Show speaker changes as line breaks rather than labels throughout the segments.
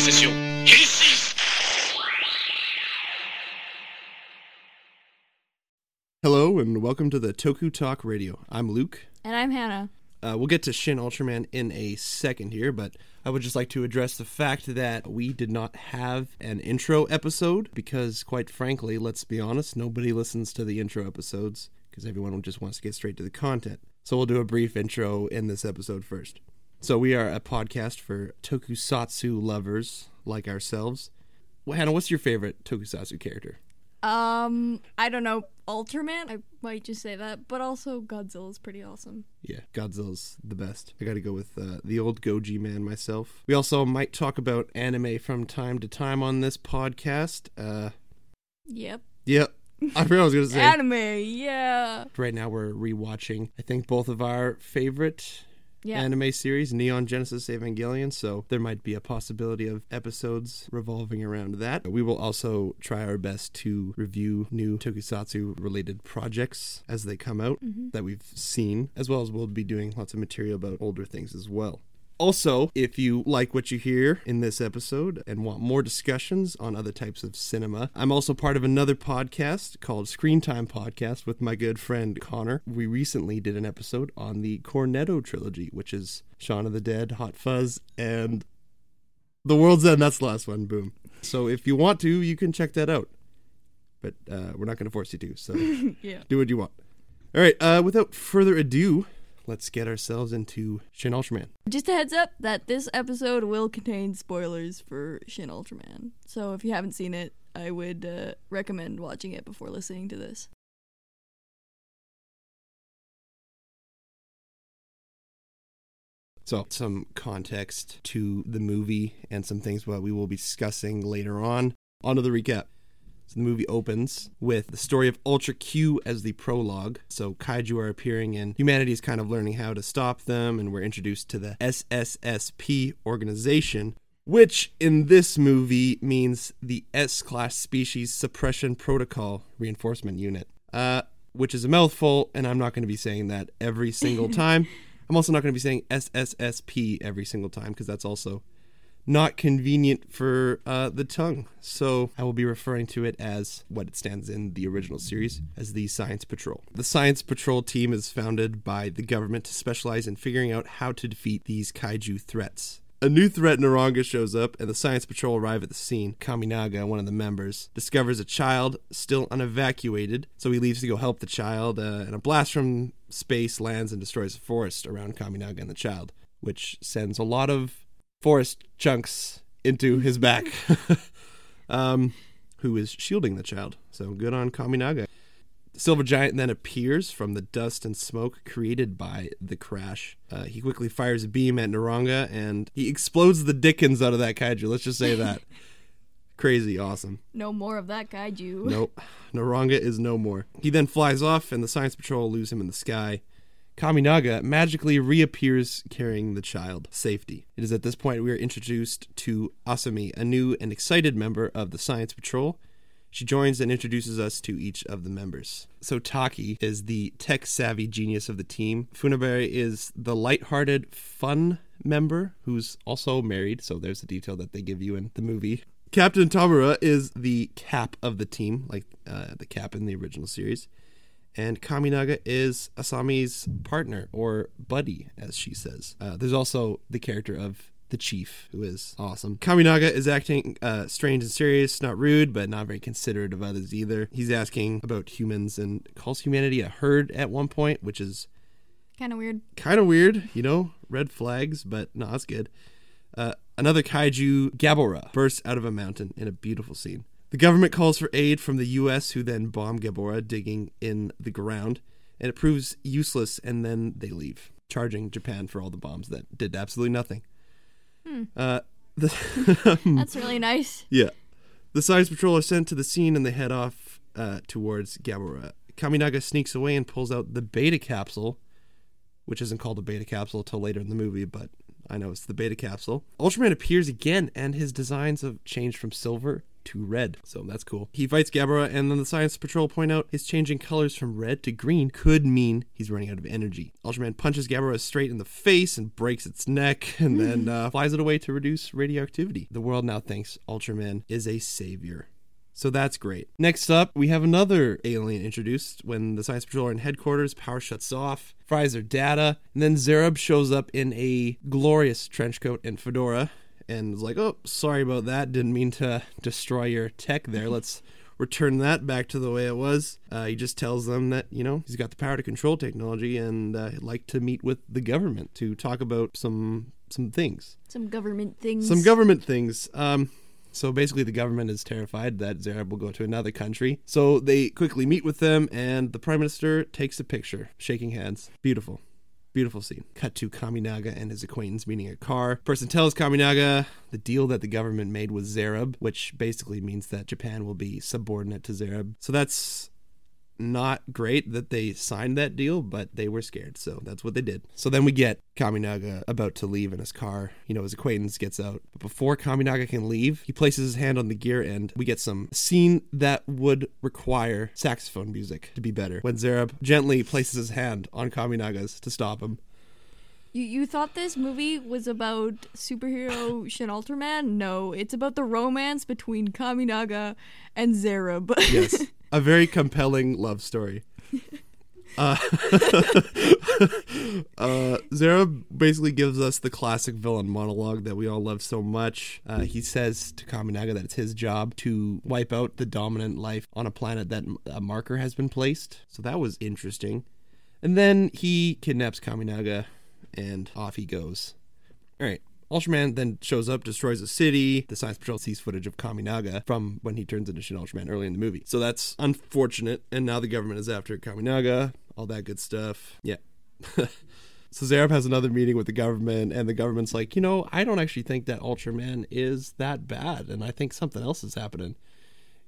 session. Réussisse!
Hello and welcome to the Toku Talk Radio. I'm Luke.
And I'm Hannah.
Uh, we'll get to Shin Ultraman in a second here, but I would just like to address the fact that we did not have an intro episode because, quite frankly, let's be honest, nobody listens to the intro episodes because everyone just wants to get straight to the content. So we'll do a brief intro in this episode first. So we are a podcast for tokusatsu lovers like ourselves. Well, Hannah, what's your favorite tokusatsu character?
Um, I don't know, Ultraman? I might just say that, but also Godzilla is pretty awesome.
Yeah, Godzilla's the best. I got to go with uh, the old Goji man myself. We also might talk about anime from time to time on this podcast. Uh,
Yep.
yep, I forgot what I was gonna say.
Anime, yeah.
right now we're rewatching. I think both of our favorite
Yeah.
anime series, Neon Genesis Evangelion. So there might be a possibility of episodes revolving around that. We will also try our best to review new tokusatsu related projects as they come out that we've seen, as well as we'll be doing lots of material about older things as well. Also, if you like what you hear in this episode and want more discussions on other types of cinema, I'm also part of another podcast called Screen Time Podcast with my good friend Connor. We recently did an episode on the Cornetto trilogy, which is Shaun of the Dead, Hot Fuzz, and The World's End. That's the last one. Boom. So if you want to, you can check that out. But uh, we're not going to force you to. So
Yeah.
do what you want. All right. Uh, without further ado, let's get ourselves into Shin Ultraman.
Just a heads up that this episode will contain spoilers for Shin Ultraman. So if you haven't seen it, I would uh, recommend watching it before listening to this.
So, some context to the movie and some things what we will be discussing later on. On to the recap. So, the movie opens with the story of Ultra Q as the prologue. So, kaiju are appearing and humanity is kind of learning how to stop them, and we're introduced to the SSSP organization, which in this movie means the S Class Species Suppression Protocol Reinforcement Unit, uh, which is a mouthful, and I'm not going to be saying that every single time. I'm also not going to be saying SSSP every single time because that's also not convenient for uh, the tongue. So I will be referring to it as what it stands in the original series as the Science Patrol. The Science Patrol team is founded by the government to specialize in figuring out how to defeat these kaiju threats. A new threat, Naranga, shows up, and the Science Patrol arrive at the scene. Kaminaga, one of the members, discovers a child still unevacuated, so he leaves to go help the child, uh, and a blast from space lands and destroys a forest around Kaminaga and the child, which sends a lot of forest chunks into his back, um, who is shielding the child. So good on Kaminaga. Silver Giant then appears from the dust and smoke created by the crash. Uh, he quickly fires a beam at Naranga and he explodes the dickens out of that kaiju. Let's just say that. Crazy awesome.
No more of that kaiju.
Nope. Naranga is no more. He then flies off, and the Science Patrol lose him in the sky. Kaminaga magically reappears carrying the child. Safety. It is at this point we are introduced to Asumi, a new and excited member of the Science Patrol. She joins and introduces us to each of the members. So Taki is the tech savvy genius of the team. Funabari is the lighthearted, fun member who's also married, so there's a detail that they give you in the movie. Captain Tamura is the cap of the team, like uh, the cap in the original series. And Kaminaga is Asami's partner or buddy, as she says. Uh, there's also the character of the chief, who is awesome. Kaminaga is acting uh, strange and serious, not rude, but not very considerate of others either. He's asking about humans and calls humanity a herd at one point, which is
Kind of weird.
kind of weird, you know, red flags, but no, that's good. Uh, another kaiju, Gabora, bursts out of a mountain in a beautiful scene. The government calls for aid from the U.S., who then bomb Gabora, digging in the ground, and it proves useless, and then they leave, charging Japan for all the bombs that did absolutely nothing. Uh, the
That's really nice.
yeah. The Science Patrol are sent to the scene and they head off uh, towards Gabora. Kaminaga sneaks away and pulls out the beta capsule, which isn't called a beta capsule till later in the movie, but I know it's the beta capsule. Ultraman appears again and his designs have changed from silver to red. So that's cool. He fights Gabara, and then the Science Patrol point out his changing colors from red to green could mean he's running out of energy. Ultraman punches Gabara straight in the face and breaks its neck, and then uh, flies it away to reduce radioactivity. The world now thinks Ultraman is a savior. So that's great. Next up, we have another alien introduced when the Science Patrol are in headquarters, power shuts off, fries their data, and then Zerub shows up in a glorious trench coat and fedora and is like, oh, sorry about that. Didn't mean to destroy your tech there. Let's return that back to the way it was. Uh, he just tells them that, you know, he's got the power to control technology and uh, he'd like to meet with the government to talk about some some things.
Some government things.
Some government things. Um, so basically, the government is terrified that Zareb will go to another country. So they quickly meet with them, and the prime minister takes a picture, shaking hands. Beautiful. Beautiful scene. Cut to Kaminaga and his acquaintance meeting a car. Person tells Kaminaga the deal that the government made with Zareb, which basically means that Japan will be subordinate to Zareb. So that's not great that they signed that deal, but they were scared, so that's what they did. So then we get Kaminaga about to leave in his car. You know, his acquaintance gets out. But before Kaminaga can leave, he places his hand on the gear and we get some scene that would require saxophone music to be better. When Zareb gently places his hand on Kaminaga's to stop him.
You you thought this movie was about superhero Shin Ultraman? No, it's about the romance between Kaminaga and Zerub.
Yes. a very compelling love story. Uh, uh, Zara basically gives us the classic villain monologue that we all love so much. Uh, he says to Kaminaga that it's his job to wipe out the dominant life on a planet that a marker has been placed. So that was interesting. And then he kidnaps Kaminaga and off he goes. All right. Ultraman then shows up, destroys a city. The Science Patrol sees footage of Kaminaga from when he turns into Shin Ultraman early in the movie. So that's unfortunate. And now the government is after Kaminaga, all that good stuff. Yeah. so Zareb has another meeting with the government, and the government's like, you know, I don't actually think that Ultraman is that bad. And I think something else is happening.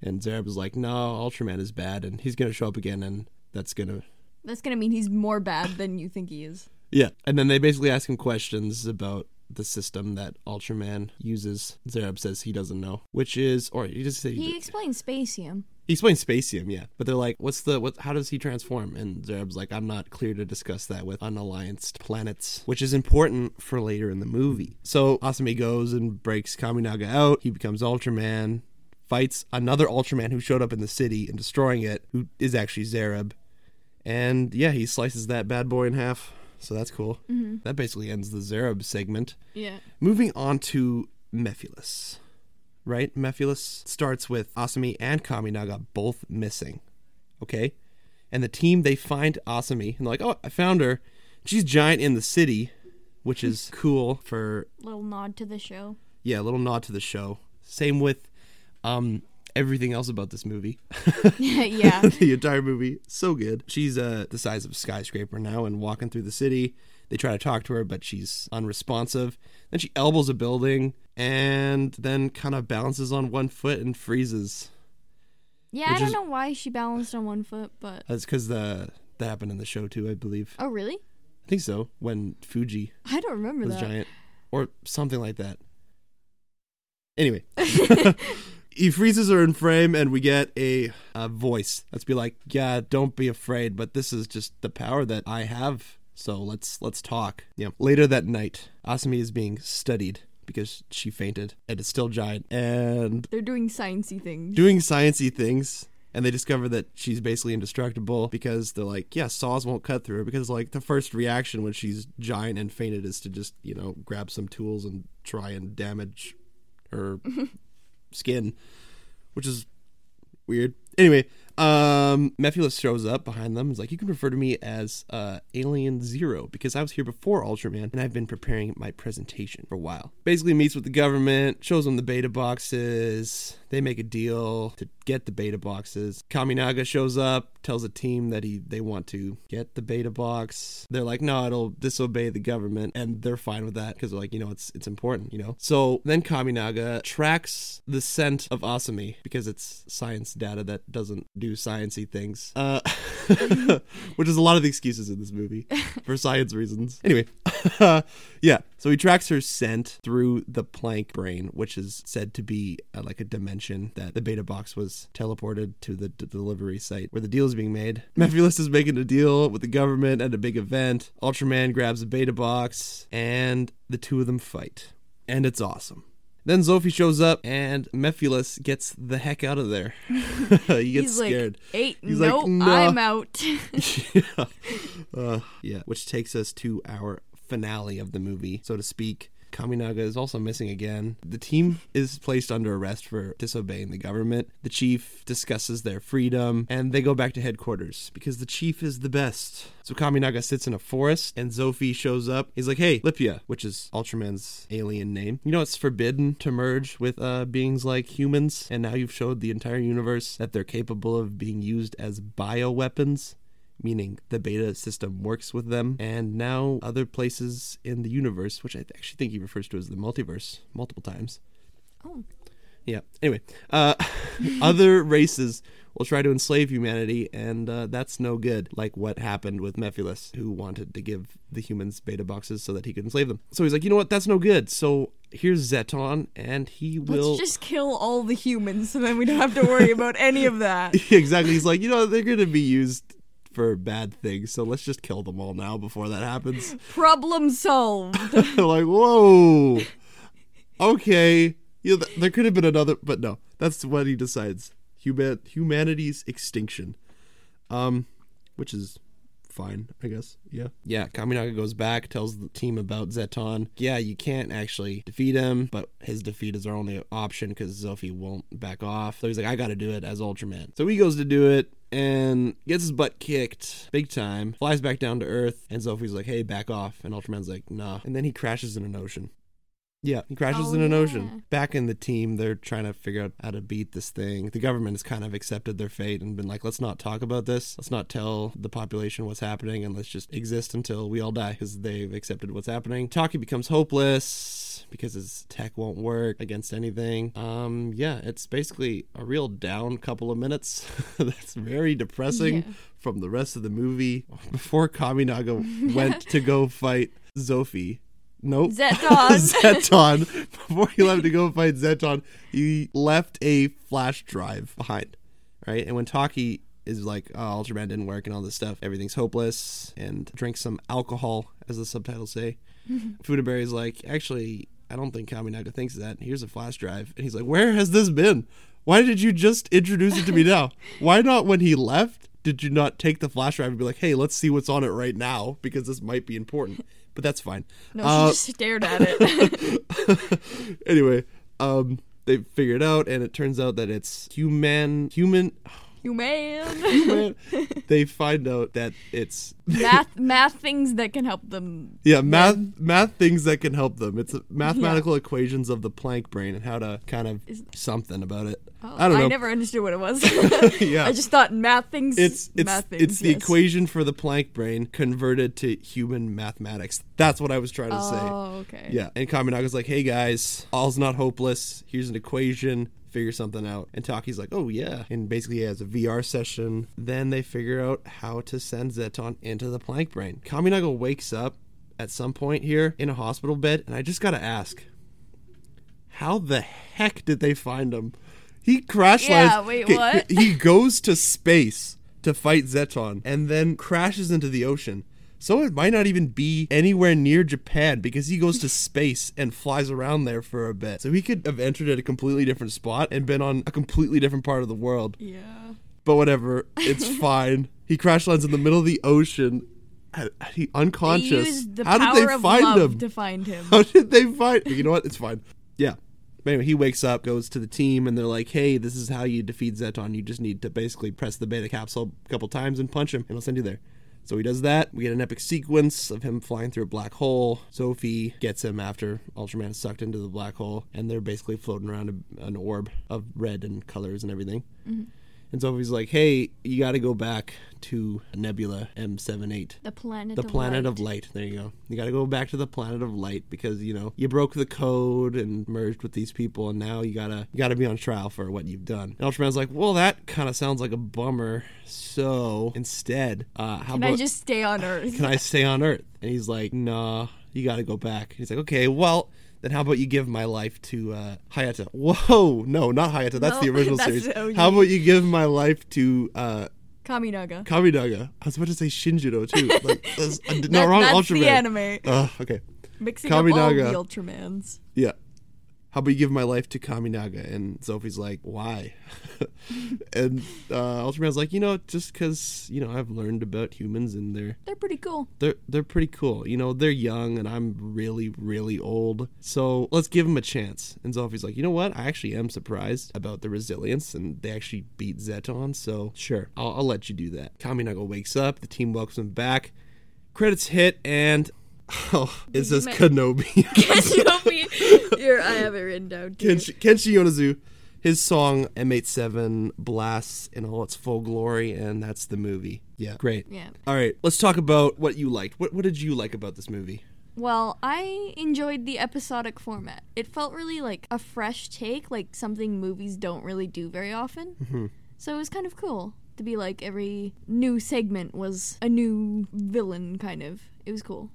And Zareb is like, no, Ultraman is bad. And he's going to show up again, and that's going to
That's gonna mean he's more bad than you think he is.
yeah, and then they basically ask him questions about the system that Ultraman uses. Zerab says he doesn't know, which is, or he just say
He
he,
explains spacium.
explains spacium, yeah. But they're like, what's the what? How does he transform? And Zerab's like, I'm not clear to discuss that with unallianced planets, which is important for later in the movie. So Asami goes and breaks Kaminaga out. He becomes Ultraman. Fights another Ultraman who showed up in the city and destroying it, who is actually Zerab. And yeah, he slices that bad boy in half. So that's cool. That basically ends the Zerab segment.
Yeah.
Moving on to Mephiles, right? Mephiles starts with Asami and Kaminaga both missing, okay? And the team, they find Asami and they're like, oh, I found her. She's giant in the city, which is cool for,
Little nod to the show.
yeah, a little nod to the show. Same with um, everything else about this movie.
yeah.
the entire movie. So good. She's uh, the size of a skyscraper now and walking through the city. They try to talk to her, but she's unresponsive. Then she elbows a building and then kind of balances on one foot and freezes.
Yeah, I
Which
don't
is-
know why she balanced on one foot, but
That's because the that happened in the show too, I believe.
Oh really?
I think so. When Fuji
I don't remember
was
that.
giant, or something like that. Anyway, he freezes her in frame, and we get a, a voice that's be like, "Yeah, don't be afraid, but this is just the power that I have. So let's let's talk." Yeah. Later that night, Asumi is being studied because she fainted, and it's still giant, and
They're doing sciencey things.
doing sciency things. And they discover that she's basically indestructible because they're like, yeah, saws won't cut through her because like the first reaction when she's giant and fainted is to just you know grab some tools and try and damage her skin, which is weird. Anyway, um, Mephiles shows up behind them. He's like, you can refer to me as uh, Alien Zero because I was here before Ultraman and I've been preparing my presentation for a while. Basically, meets with the government, shows them the beta boxes. They make a deal to get the beta boxes. Kaminaga shows up, tells the team that he they want to get the beta box. They're like, no, it'll disobey the government, and they're fine with that because they're like, you know, it's it's important, you know. So then Kaminaga tracks the scent of Asami because it's science data that doesn't do sciency things, uh, which is a lot of the excuses in this movie for science reasons. Anyway, yeah. So he tracks her scent through the plank brain, which is said to be uh, like a dimension that the beta box was teleported to the d- delivery site where the deal is being made. Mephiles is making a deal with the government at a big event. Ultraman grabs a beta box, and the two of them fight. And it's awesome. Then Zophie shows up, and Mephiles gets the heck out of there. he gets
He's
scared.
like, eight.
He's
no,
like, "Nah."
I'm out.
yeah. Uh, yeah. Which takes us to our finale of the movie, so to speak. Kaminaga is also missing again. The team is placed under arrest for disobeying the government. The chief discusses their freedom, and they go back to headquarters because the chief is the best. So Kaminaga sits in a forest, and Zophie shows up. He's like, "Hey, Lipia," which is Ultraman's alien name. You know it's forbidden to merge with uh, beings like humans, and now you've showed the entire universe that they're capable of being used as bioweapons meaning the beta system works with them. And now other places in the universe, which I actually think he refers to as the multiverse multiple times.
Oh.
Yeah. Anyway, uh, other races will try to enslave humanity, and uh, that's no good. Like what happened with Mephiles, who wanted to give the humans beta boxes so that he could enslave them. So he's like, you know what? That's no good. So here's Zeton, and he will.
Let's just kill all the humans, so then we don't have to worry about any of that.
exactly. He's like, you know, they're going to be used for bad things, so let's just kill them all now before that happens.
Problem solved.
like, whoa, okay. You know, th- there could have been another, but no, that's what he decides. Human- humanity's extinction, um, which is fine, I guess. Yeah, yeah. Kaminaga goes back, tells the team about Zeton. Yeah, you can't actually defeat him, but his defeat is our only option because Zophie won't back off. So he's like, I got to do it as Ultraman. So he goes to do it. And gets his butt kicked big time, flies back down to Earth, and Zophie's like, hey, back off. And Ultraman's like, nah. And then he crashes in an ocean. Yeah, he crashes
Oh,
in an
yeah.
ocean. Back in the team, they're trying to figure out how to beat this thing. The government has kind of accepted their fate and been like, let's not talk about this. Let's not tell the population what's happening and let's just exist until we all die because they've accepted what's happening. Taki becomes hopeless because his tech won't work against anything. Um, yeah, it's basically a real down couple of minutes. That's very depressing
Yeah.
from the rest of the movie. Before Kaminaga went to go fight Zophie. Nope.
Zeton.
Zeton. Before he left to go fight Zeton, he left a flash drive behind, right? And when Taki is like, oh, Ultraman didn't work and all this stuff, everything's hopeless, and drinks some alcohol, as the subtitles say. Fudaberry's like, actually, I don't think Kaminaga thinks that. Here's a flash drive. And he's like, where has this been? Why did you just introduce it to me now? Why not when he left? Did you not take the flash drive and be like, hey, let's see what's on it right now because this might be important? But that's fine.
No,
Uh,
she just stared at it.
anyway, um, they figure it out, and it turns out that it's human. Human.
you man.
human they find out that it's
math, math things that can help them.
yeah math math things that can help them. It's mathematical equations of the Planck brain and how to kind of something about it.
Oh,
I don't know.
never understood what it was.
yeah.
I just thought math things.
it's it's
math things,
it's the
yes.
equation for the Planck brain converted to human mathematics. That's what I was trying to say.
Oh, okay.
Yeah, and Kaminaga's like, "Hey guys, all's not hopeless. Here's an equation. Figure something out." And Taki's like, "Oh yeah," and basically he has a VR session. Then they figure out how to send Zeton into the Planck brain. Kaminaga wakes up at some point here in a hospital bed, and I just gotta ask, how the heck did they find him? He crash
Yeah,
lands-
wait,
okay,
what?
He goes to space to fight Zeton and then crashes into the ocean. So it might not even be anywhere near Japan because he goes to space and flies around there for a bit. So he could have entered at a completely different spot and been on a completely different part of the world.
Yeah.
But whatever, it's fine. He crash lands in the middle of the ocean. How- He unconscious.
They used the
How
power
did they
of
find
love
him?
to find him.
How did they find? You know what? It's fine. Yeah. But anyway, he wakes up, goes to the team, and they're like, "Hey, this is how you defeat Zeton. You just need to basically press the beta capsule a couple times and punch him, and he'll send you there." So he does that. We get an epic sequence of him flying through a black hole. Sophie gets him after Ultraman is sucked into the black hole, and they're basically floating around a, an orb of red and colors and everything. And Sophie's like, "Hey, you got to go back to Nebula M78
The planet.
the
of
planet
light.
of light. There you go. You got to go back to the planet of light because you know you broke the code and merged with these people, and now you gotta you gotta be on trial for what you've done. And Ultraman's like, well, that kind of sounds like a bummer. So instead, uh, how
Can
about
I just stay on Earth?
can I stay on Earth? And he's like, nah, you got to go back. He's like, okay, well, then how about you give my life to uh, Hayata? Whoa, no, not Hayata. That's
No,
the original
that's
series.
the OG.
How about you give my life to uh,
Kaminaga.
Kamidaga? I was about to say Shinjiro, too. Like, that's, I did- no,
That-
wrong
that's
Ultraman.
the anime.
Ugh, Oh, okay.
Mixing up all
Kaminaga.
the Ultramans.
Yeah. How about you give my life to Kaminaga? And Sophie's like, why? and uh, Ultraman's like, you know, just because you know I've learned about humans and they're
They're pretty cool.
they're they're pretty cool. You know, they're young and I'm really really old, so let's give them a chance. And Sophie's like, you know what? I actually am surprised about the resilience, and they actually beat Zeton. So sure, I'll, I'll let you do that. Kaminaga wakes up. The team welcomes him back. Credits hit and. Oh, it says
make-
Kenobi.
Kenobi. Here, I have it written down too.
Kenshi, Kenshi Yonezu, his song M87 blasts in all its full glory, and that's the movie. Yeah, great.
Yeah.
All right, let's talk about what you liked. What, what did you like about this movie?
Well, I enjoyed the episodic format. It felt really like a fresh take, like something movies don't really do very often.
Mm-hmm.
So it was kind of cool to be like every new segment was a new villain, kind of. It was cool.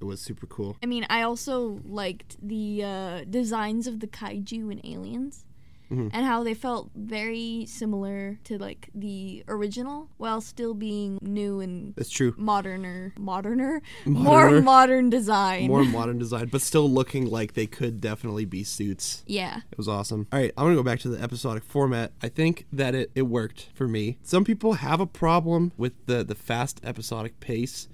It was super cool.
I mean, I also liked the uh, designs of the kaiju and aliens.
Mm-hmm.
And how they felt very similar to like the original, while still being new and
It's true.
moderner, moderner,
Moderner.
more modern design.
More modern design, but still looking like they could definitely be suits.
yeah,
It was awesome. All right, I'm gonna go back to the episodic format. I think that it, it worked for me. Some people have a problem with the the fast episodic pace,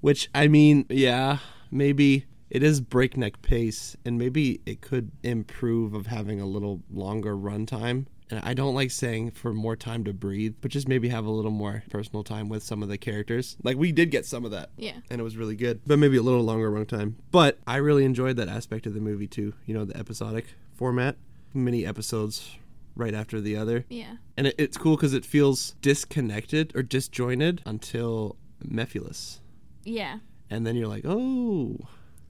which I mean, yeah, maybe it is breakneck pace, and maybe it could improve of having a little longer runtime. And I don't like saying for more time to breathe, but just maybe have a little more personal time with some of the characters. Like we did get some of that
yeah.
and it was really good, but maybe a little longer run time. But I really enjoyed that aspect of the movie too. You know, the episodic format, many episodes right after the other,
Yeah.
and it, it's cool because it feels disconnected or disjointed until Mephiles,
Yeah.
and then you're like, oh,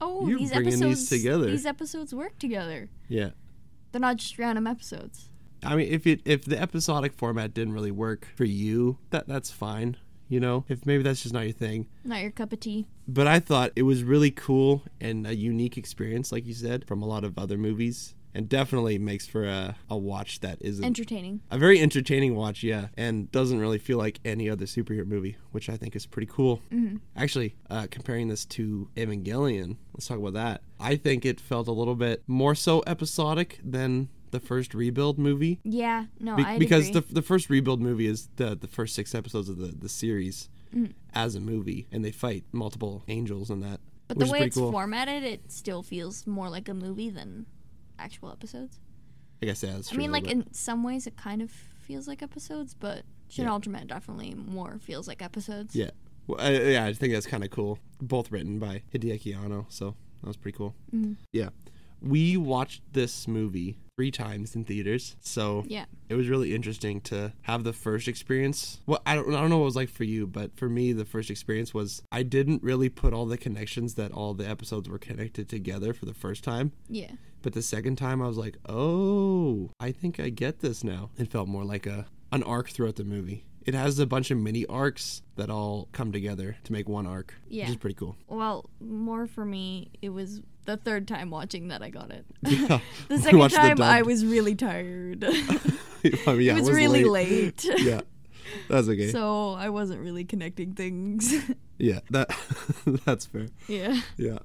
Oh,
You're
these
bringing these
episodes
together.
These episodes work together.
yeah.
They're not just random episodes.
I mean, if it if the episodic format didn't really work for you, that that's fine. You know, if maybe that's just not your thing.
Not your cup of tea.
but I thought it was really cool and a unique experience, like you said, from a lot of other movies, and definitely makes for a, a watch that isn't
Entertaining.
a very entertaining watch, yeah, and doesn't really feel like any other superhero movie, which I think is pretty cool. Mm-hmm. Actually, uh, comparing this to Evangelion, let's talk about that. I think it felt a little bit more so episodic than the first rebuild movie
Yeah. No,
be-
I
because
agree.
the the first rebuild movie is the the first six episodes of the the series
Mm.
as a movie, and they fight multiple angels and that.
but
which
the
is
way
pretty
it's
cool.
formatted, it still feels more like a movie than actual episodes.
I guess yeah, that's
I
true.
mean,
a
like
little
in some ways, it kind of feels like episodes, but Shin Ultraman definitely more feels like episodes.
bit. yeah, well, I, yeah, I think that's kind of cool. Both written by Hideaki Anno, so that was pretty cool.
Mm.
Yeah, we watched this movie three times in theaters, so
Yeah.
it was really interesting to have the first experience. Well, I don't, I don't know what it was like for you, but for me, the first experience was I didn't really put all the connections that all the episodes were connected together for the first time.
Yeah.
But the second time, I was like, oh, I think I get this now. It felt more like a an arc throughout the movie. It has a bunch of mini arcs that all come together to make one arc,
Yeah.
which is pretty cool.
Well, more for me, it was the third time watching that I got it.
Yeah.
the
We
second
watched the
time, I
dubbed.
was really tired. it
I mean, yeah,
was really late.
Yeah, that's okay.
So I wasn't really connecting things.
yeah, that that's fair.
yeah.
Yeah.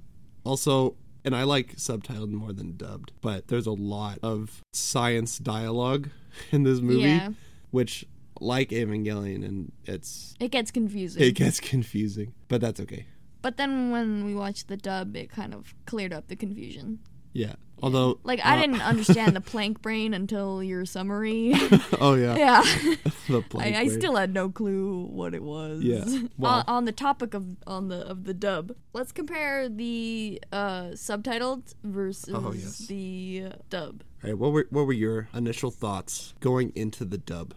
Also, and I like subtitled more than dubbed, but there's a lot of science dialogue in this movie,
Yeah.
which, like Evangelion, and it's
It gets confusing.
it gets confusing, but that's okay.
but then when we watched the dub, it kind of cleared up the confusion.
Yeah. Although,
Like, I
uh,
didn't understand the plank brain until your summary.
oh yeah,
yeah.
the
I,
plank
I
wave.
still had no clue what it was.
Yeah,
on,
well-
on the topic of on the of the dub, let's compare the uh, subtitled versus
Oh, yes.
the uh, dub.
All right, what were what were your initial thoughts going into the dub?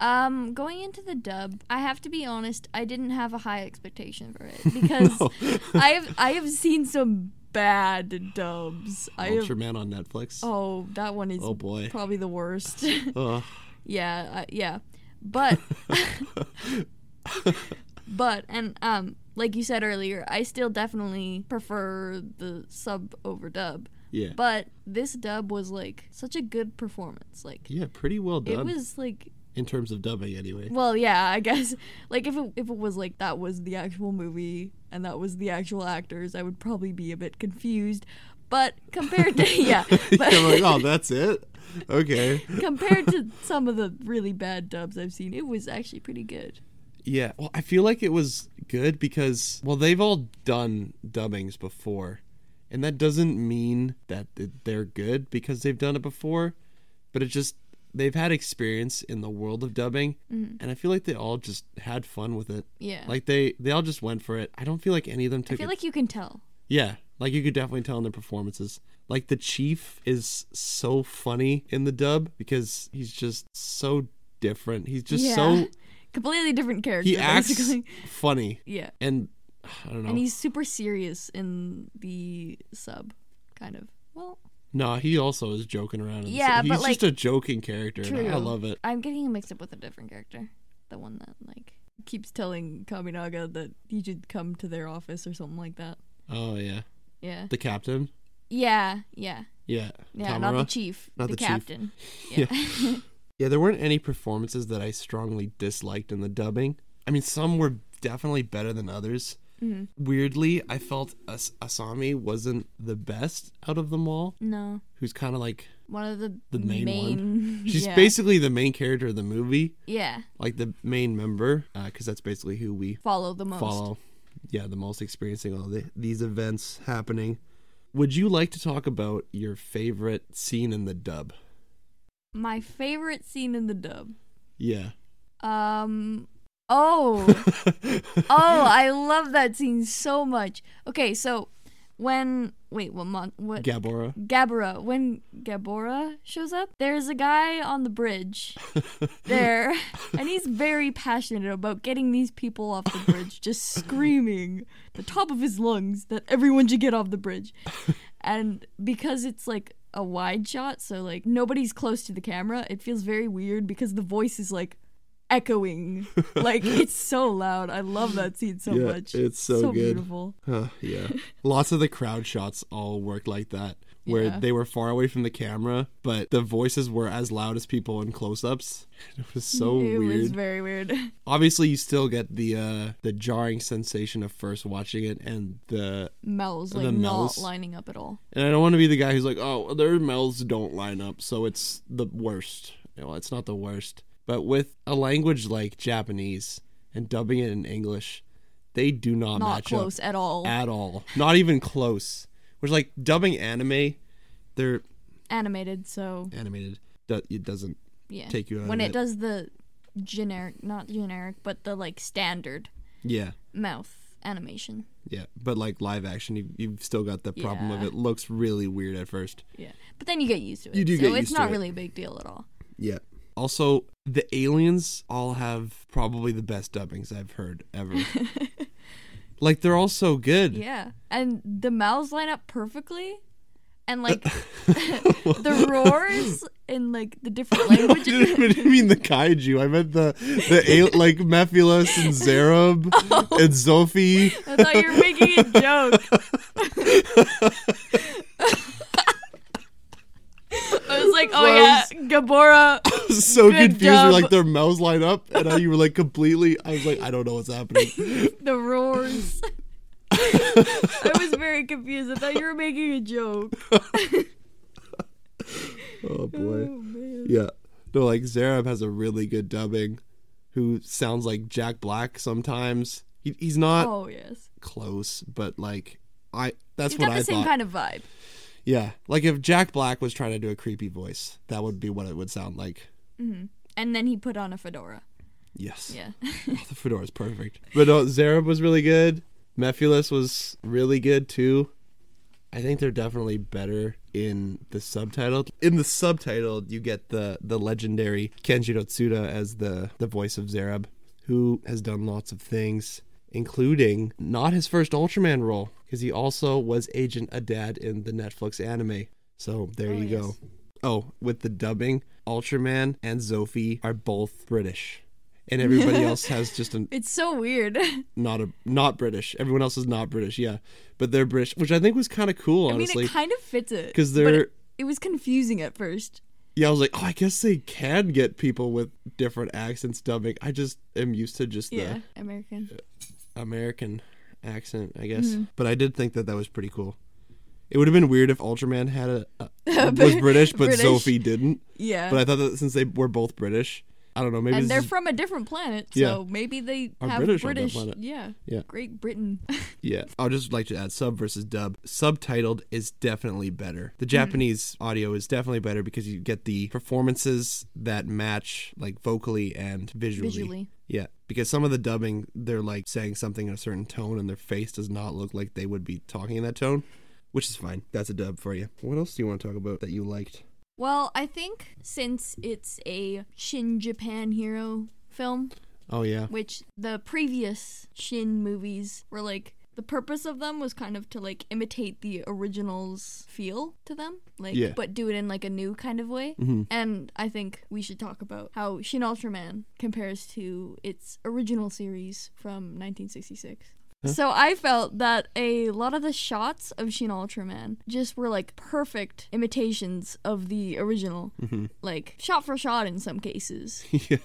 Um, going into the dub, I have to be honest, I didn't have a high expectation for it because I have I have seen some bad dubs. I have,
Ultraman on Netflix.
oh, that one is
Oh, boy.
probably the worst.
Ugh.
yeah, I, yeah, but but and um, like you said earlier, I still definitely prefer the sub over dub.
Yeah.
But this dub was like such a good performance. Like
yeah, pretty well
it
dubbed
was like
in terms of dubbing, anyway.
well, yeah, I guess like if it if it was like that was the actual movie and that was the actual actors, I would probably be a bit confused. But compared to yeah, but
I'm like, oh, that's it. Okay.
compared to some of the really bad dubs I've seen, it was actually pretty good.
Yeah. Well, I feel like it was good because well, they've all done dubbings before, and that doesn't mean that th- they're good because they've done it before, but it just they've had experience in the world of dubbing, and I feel like they all just had fun with it.
Mm-hmm. Yeah.
Like they they all just went for it. I don't feel like any of them
I
took a
feel like you can tell.
Yeah, like you could definitely tell in their performances. Like the chief is so funny in the dub because he's just so different. He's just so
completely different character.
he acts Oh.
basically.
funny
Yeah.
and I don't
And
know.
he's super serious in the sub, kind of. Well,
No, he also is joking around. in this-
Yeah,
he's
but,
just a joking character. and I
True.
love it.
I'm getting him mixed up with a different character. The one that, like, keeps telling Kaminaga that he should come to their office or something like that.
Oh yeah,
Yeah.
the captain.
Yeah, yeah.
Yeah,
Yeah, not the
Tamara.
chief,
Not
the,
the chief.
captain.
Yeah, there weren't any performances that I strongly disliked in the dubbing. I mean, some were definitely better than others.
Mm-hmm.
Weirdly, I felt As- Asami wasn't the best out of them all,
No.
who's kind of like
One of the,
the main, one. She's
yeah.
basically the main character of the movie,
Yeah.
like the main member, because that's basically who we
Follow the most.
follow. Yeah, the most experiencing all the, these events happening. Would you like to talk about your favorite scene in the dub?
My favorite scene in the dub.
Yeah.
Um. Oh. oh, I love that scene so much. Okay, so when wait, what month? What
Gabora.
Gabora? When Gabora shows up, there's a guy on the bridge there, and he's very passionate about getting these people off the bridge, just screaming the top of his lungs that everyone should get off the bridge, and because it's like a wide shot, so like nobody's close to the camera, it feels very weird because the voice is like echoing like it's so loud i love that scene so
Yeah,
much
it's so good.
beautiful
Huh, yeah. Lots of the crowd shots all worked like that, where
Yeah.
they were far away from the camera, but the voices were as loud as people in close ups. It was so
it
weird.
was very weird
Obviously, you still get the uh, the jarring sensation of first watching it, and the
mouths
The
like
mouths.
not lining up at all.
and I don't want to be the guy who's like, oh, their mouths don't line up, so it's the worst. Well, it's not the worst, but with a language like Japanese and dubbing it in English, they do not,
Not
match up.
close at all.
at all. Not even close. Which like dubbing anime, they're
Animated, so
animated. Do- It doesn't.
yeah.
Take you out
when
of
it,
it.
does the generic, not generic, but the like standard
Yeah,
mouth animation.
yeah. But like live action, you, you've still got the problem of
Yeah.
it looks really weird at first.
Yeah, but then you get used to it.
You do
so
get
it's
used to
not
it.
really a big deal at all.
Yeah. Also, the aliens all have probably the best dubbings I've heard ever. like they're all so good.
Yeah, and the mouths line up perfectly, and like the roars in like the different
I
languages.
didn't, I didn't mean the kaiju. I meant the the al- like Mephiles and Zareb
Oh.
and Zophie.
I thought you were making a joke. I was like, oh yeah, Gabora.
so
Good
confused. You're
job.
like their mouths line up, and I, you were like completely. I was like, I don't know what's happening.
the roars. I was very confused. I thought you were making a joke.
Oh boy.
man.
Yeah. No, like Zareb has a really good dubbing, who sounds like Jack Black sometimes. He, he's not
Oh yes,
close, but like I. That's
it's
what
got the
I
same
thought.
kind of vibe.
yeah. Like if Jack Black was trying to do a creepy voice, that would be what it would sound like.
And then he put on a fedora.
Yes.
Yeah,
Oh, the fedora's perfect. But no, Zareb was really good. Mephiles was really good too. I think they're definitely better in the subtitled. In the subtitled, you get the the legendary Kenjiro Tsuda as the the voice of Zareb, who has done lots of things, including not his first Ultraman role, because he also was Agent Adad in the Netflix anime. So there you Oh, go. Oh, with the dubbing, Ultraman and Zophie are both British and everybody else has just a
It's so weird.
not a not British. Everyone else is not British, yeah, but they're British, which I think was kind of cool,
I mean,
honestly.
it kind of fits it.
'Cause
but
they're-
It, it was confusing at first.
yeah, I was like, oh, I guess they can get people with different accents dubbing. I just am used to just
Yeah. American.
the American accent, I guess.
Mm-hmm.
But I did think that that was pretty cool. It would have been weird if Ultraman had a, a was British, but
British.
Sophie didn't.
Yeah.
But I thought that since they were both British, I don't know, maybe
and
this
they're
is-
from a different planet, so
Yeah.
maybe they
Are
have
British
British.
on that planet.
yeah.
Yeah.
Great Britain.
Yeah. I would just like to add sub versus dub. Subtitled is definitely better. The Japanese audio is definitely better because you get the performances that match like vocally and visually.
Visually.
Yeah. Because some of the dubbing, they're like saying something in a certain tone and their face does not look like they would be talking in that tone, which is fine. That's a dub for you. What else do you want to talk about that you liked?
well, I think since it's a Shin Japan Hero film,
Oh, yeah.
which the previous Shin movies were like the purpose of them was kind of to like imitate the original's feel to them, like
Yeah. Mm-hmm.
but do it in like a new kind of way. And I think we should talk about how Shin Ultraman compares to its original series from 1966. So I felt that a lot of the shots of Shin Ultraman just were like perfect imitations of the original,
Mm-hmm.
like shot for shot in some cases
yeah.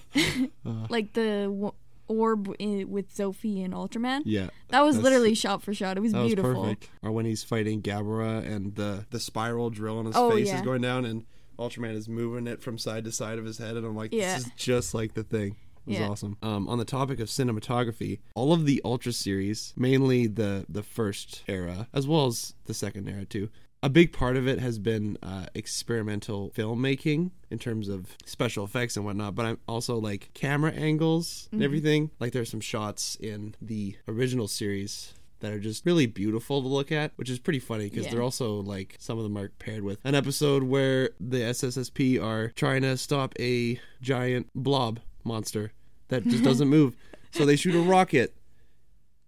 like the w- orb in, with Sophie and Ultraman.
Yeah.
That was
That's-
literally shot for shot. It was
That was
beautiful.
perfect. Or when he's fighting Gabara and the the spiral drill on his
Oh,
face is
yeah.
going down and Ultraman is moving it from side to side of his head and I'm like,
Yeah.
this is just like the thing. It was
Yeah.
awesome. Um, on the topic of cinematography, all of the Ultra series, mainly the the first era as well as the second era too. A big part of it has been uh, experimental filmmaking in terms of special effects and whatnot, but I'm also like camera angles and everything. Like there's some shots in the original series that are just really beautiful to look at, which is pretty funny because
Yeah.
they're also like some of them are paired with an episode where the SSSP are trying to stop a giant blob monster that just doesn't move. So they shoot a rocket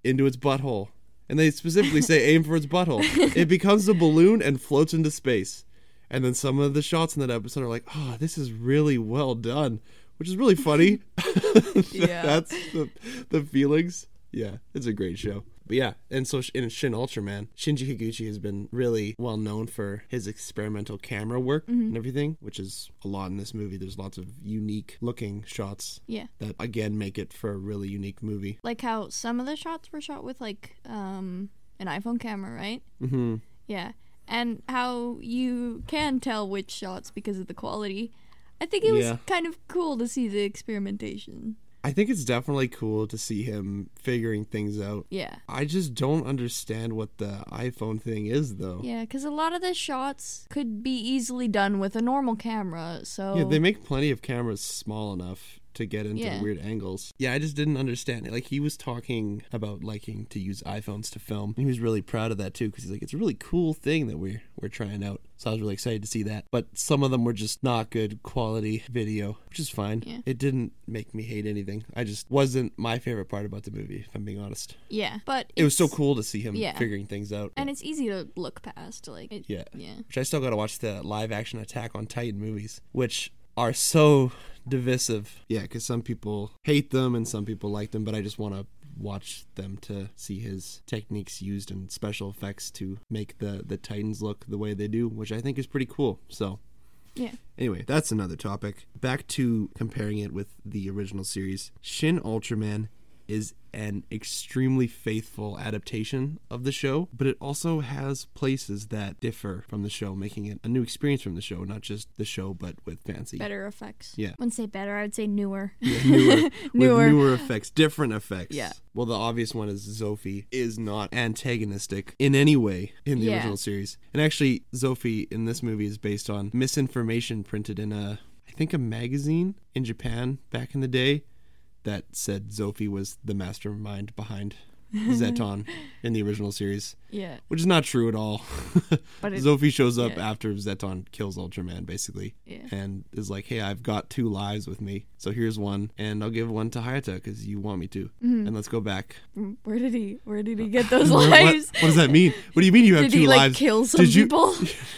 into its butthole. And they specifically say aim for its butthole. It becomes a balloon and floats into space. And then some of the shots in that episode are like, oh, this is really well done, which is really funny.
Yeah.
That's the, the feelings. Yeah, it's a great show. But yeah, and so sh- in Shin Ultraman, Shinji Higuchi has been really well known for his experimental camera work
Mm-hmm.
and everything, which is a lot in this movie. There's lots of unique looking shots
Yeah.
that, again, make it for a really unique movie.
Like how some of the shots were shot with like um an iPhone camera, right? Mhm.
Mm-hmm.
Yeah. And how you can tell which shots because of the quality. I think it was
Yeah.
kind of cool to see the experimentation.
I think it's definitely cool to see him figuring things out.
Yeah.
I just don't understand what the iPhone thing is, though.
Yeah, because a lot of the shots could be easily done with a normal camera. So
Yeah, they make plenty of cameras small enough to get into
Yeah.
weird angles. Yeah, I just didn't understand it. Like he was talking about liking to use iPhones to film. He was really proud of that too because he's like, it's a really cool thing that we're we're trying out. So I was really excited to see that. But some of them were just not good quality video, which is fine.
Yeah.
It didn't make me hate anything. I just wasn't my favorite part about the movie, if I'm being honest.
yeah, but
It was so
it's-
cool to see him
yeah.
figuring things out.
and it's easy to look past. Like it,
Yeah.
yeah.
Which I still got to watch the live action Attack on Titan movies, which are so divisive. Yeah, because some people hate them and some people like them, but I just want to watch them to see his techniques used and special effects to make the, the Titans look the way they do, which I think is pretty cool. So,
Yeah.
Anyway, that's another topic. Back to comparing it with the original series. Shin Ultraman is an extremely faithful adaptation of the show, but it also has places that differ from the show, making it a new experience from the show, not just the show, but with fancy.
better effects.
Yeah.
Wouldn't say better, I would say newer.
newer,
Newer.
With newer effects, different effects.
Yeah.
Well, the obvious one is Zophie is not antagonistic in any way in the
Yeah.
original series, and actually, Zophie in this movie is based on misinformation printed in a, I think, a magazine in Japan back in the day, that said Zophie was the mastermind behind Zeton in the original series,
Yeah.
which is not true at all.
But it-
Zophie shows up
yeah.
after Zeton kills Ultraman, basically,
Yeah.
and is like, "Hey, I've got two lives with me, so here's one, and I'll give one to Hayata because you want me to,
Mm-hmm.
and let's go back."
Where did he where did he get those
What- what-
lives?
What, does that mean? What do you mean you have
Did
two
he like
lives?
kill some
did you,
people?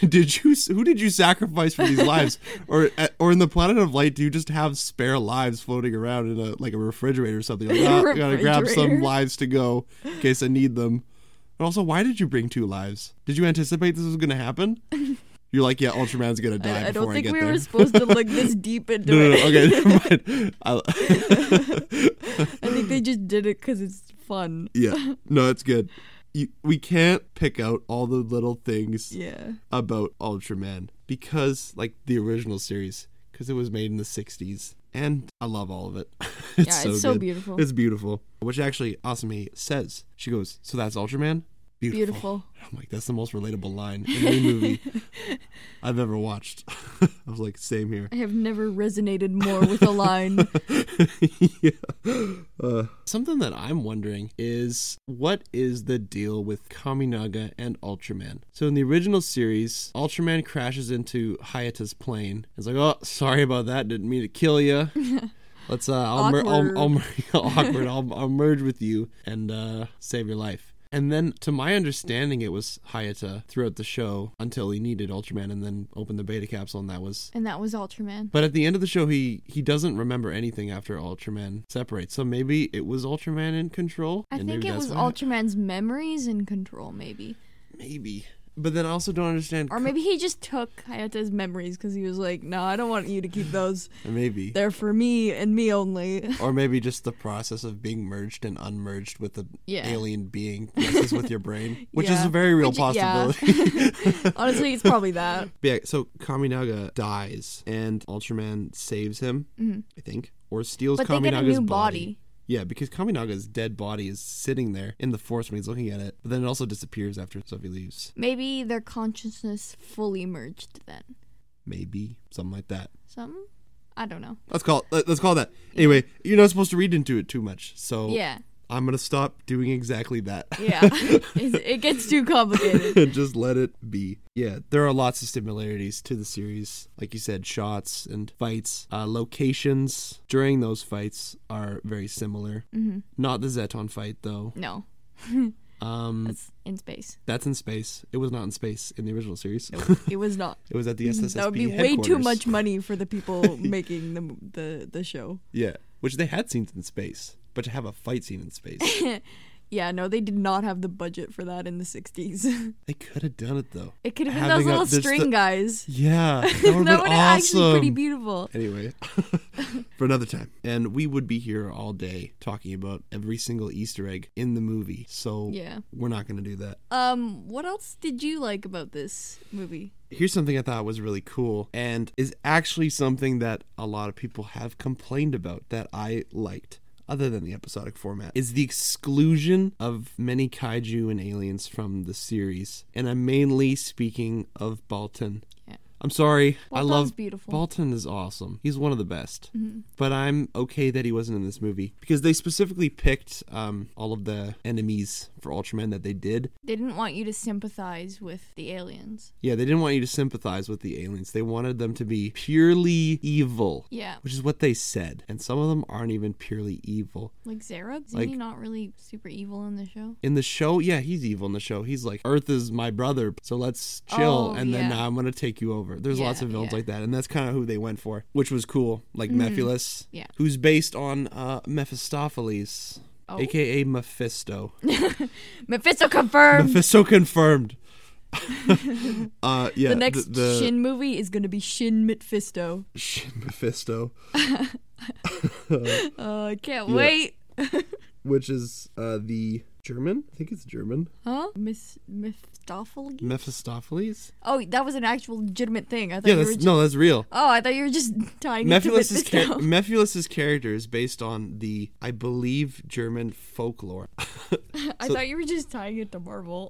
Did you? Who did you sacrifice for these lives? Or, eh, or in the Planet of Light, do you just have spare lives floating around in a like a refrigerator or something? Like, "Ah, I gotta grab some
Refrigerator.
lives to go in case I need them. And also, why did you bring two lives? Did you anticipate this was gonna happen? You're like, yeah, Ultraman's gonna die
I, I
before
don't
I
think
get
we
there.
were supposed to look this deep into
no, no, no.
it.
Okay, never mind. I-
I think they just did it because it's fun.
yeah, no, that's good. You, we can't pick out all the little things
Yeah.
about Ultraman because, like, the original series, because it was made in the 60s. And I love all of it. it's
yeah, it's so
good.
beautiful.
It's beautiful. Which actually, Asumi says, she goes, So that's Ultraman? Beautiful.
beautiful.
I'm like, That's the most relatable line in any movie I've ever watched. I was like, Same here.
I have never resonated more with a line.
yeah. Uh, Something that I'm wondering is what is the deal with Kaminaga and Ultraman? So in the original series, Ultraman crashes into Hayata's plane. It's like, oh, sorry about that. Didn't mean to kill you. Let's uh, I'll, mer- I'll, I'll, mer- awkward. I'll, I'll merge with you and uh, save your life. And then, to my understanding, it was Hayata throughout the show until he needed Ultraman and then opened the beta capsule, and that was
and that was Ultraman.
but at the end of the show, he he doesn't remember anything after Ultraman separates. So maybe it was Ultraman in control.
I
and
think
maybe
it
that's
was
why-
Ultraman's memories and control, maybe.
Maybe, but then I also don't understand.
Or maybe he just took Hayata's memories because he was like, no, I don't want you to keep those.
Or maybe,
They're for me and me only.
or maybe just the process of being merged and unmerged with the
Yeah.
alien being messes with your brain, which is
Yeah.
a very real
Which- yeah.
possibility.
Honestly, it's probably that.
But yeah, so Kaminaga dies, and Ultraman saves him. I think, or steals
Mm-hmm. But they
Kaminaga's
get a new
body.
body.
Yeah, because Kaminaga's dead body is sitting there in the force when he's looking at it, but then it also disappears after Sophie leaves.
Maybe their consciousness fully merged then.
maybe something like that.
Something? I don't know.
Let's call let- let's call it that. Anyway, you're not supposed to read into it too much, so
Yeah.
I'm gonna stop doing exactly that.
Yeah. It's- it gets too complicated.
Just let it be. Yeah, there are lots of similarities to the series. Like you said, shots and fights. Uh, locations during those fights are very similar. Mm-hmm. Not the Zeton fight, though.
No.
Um,
It's in space.
that's in space. It was not in space in the original series.
It was not.
it was at the SSSB
Mm-hmm. That would be way
headquarters.
too much money for the people making the the, the show.
Yeah, which they had scenes in space, but to have a fight scene in space.
Yeah, no, they did not have the budget for that in the 60s.
They could have done it though.
It could have been
Having
those
a-
little
there's the-
string guys.
Yeah, that
That
would
would
have
have
been
actually pretty
awesome.
beautiful.
Anyway, for another time. And we would be here all day talking about every single Easter egg in the movie. So
Yeah.
we're not going to do that.
Um, what else did you like about this movie?
Here's something I thought was really cool and is actually something that a lot of people have complained about that I liked. Other than the episodic format, is the exclusion of many kaiju and aliens from the series. And I'm mainly speaking of Balton.
Yeah.
I'm sorry. I
Balton's
love
beautiful. Mm-hmm.
Balton is awesome. He's one of the best. But I'm okay that he wasn't in this movie because they specifically picked um, all of the enemies for Ultraman that they did.
They didn't want you to sympathize with the aliens.
Yeah, they didn't want you to sympathize with the aliens. They wanted them to be purely evil,
Yeah,
which is what they said. And some of them aren't even purely evil.
like Zara. Is
Like-
he not really super evil in the show?
In the show, yeah, he's evil in the show. He's like, Earth is my brother, so let's chill,
Oh,
and then
yeah.
I'm gonna take you over. There's
Yeah,
lots of villains
yeah. Mm-hmm.
like that, and that's kind of who they went for, which was cool. Like Mephiles,
Yeah.
who's based on uh, Mephistopheles,
Oh.
aka Mephisto.
Mephisto confirmed.
Mephisto confirmed. uh, yeah,
the next
the-
Shin movie is gonna be Shin Mephisto.
Shin Mephisto.
Uh, I can't wait.
which is uh, the German. I think it's German.
Huh? Miss Mephistopheles?
Mephistopheles.
Oh, that was an actual legitimate thing. I thought
Yeah,
you were
that's
ju-
no, that's real.
Oh, I thought you were just tying it to
Mephiles'
Mephisto.
char- Mephiles' character is based on the, I believe, German folklore.
I thought you were just tying it to Marvel.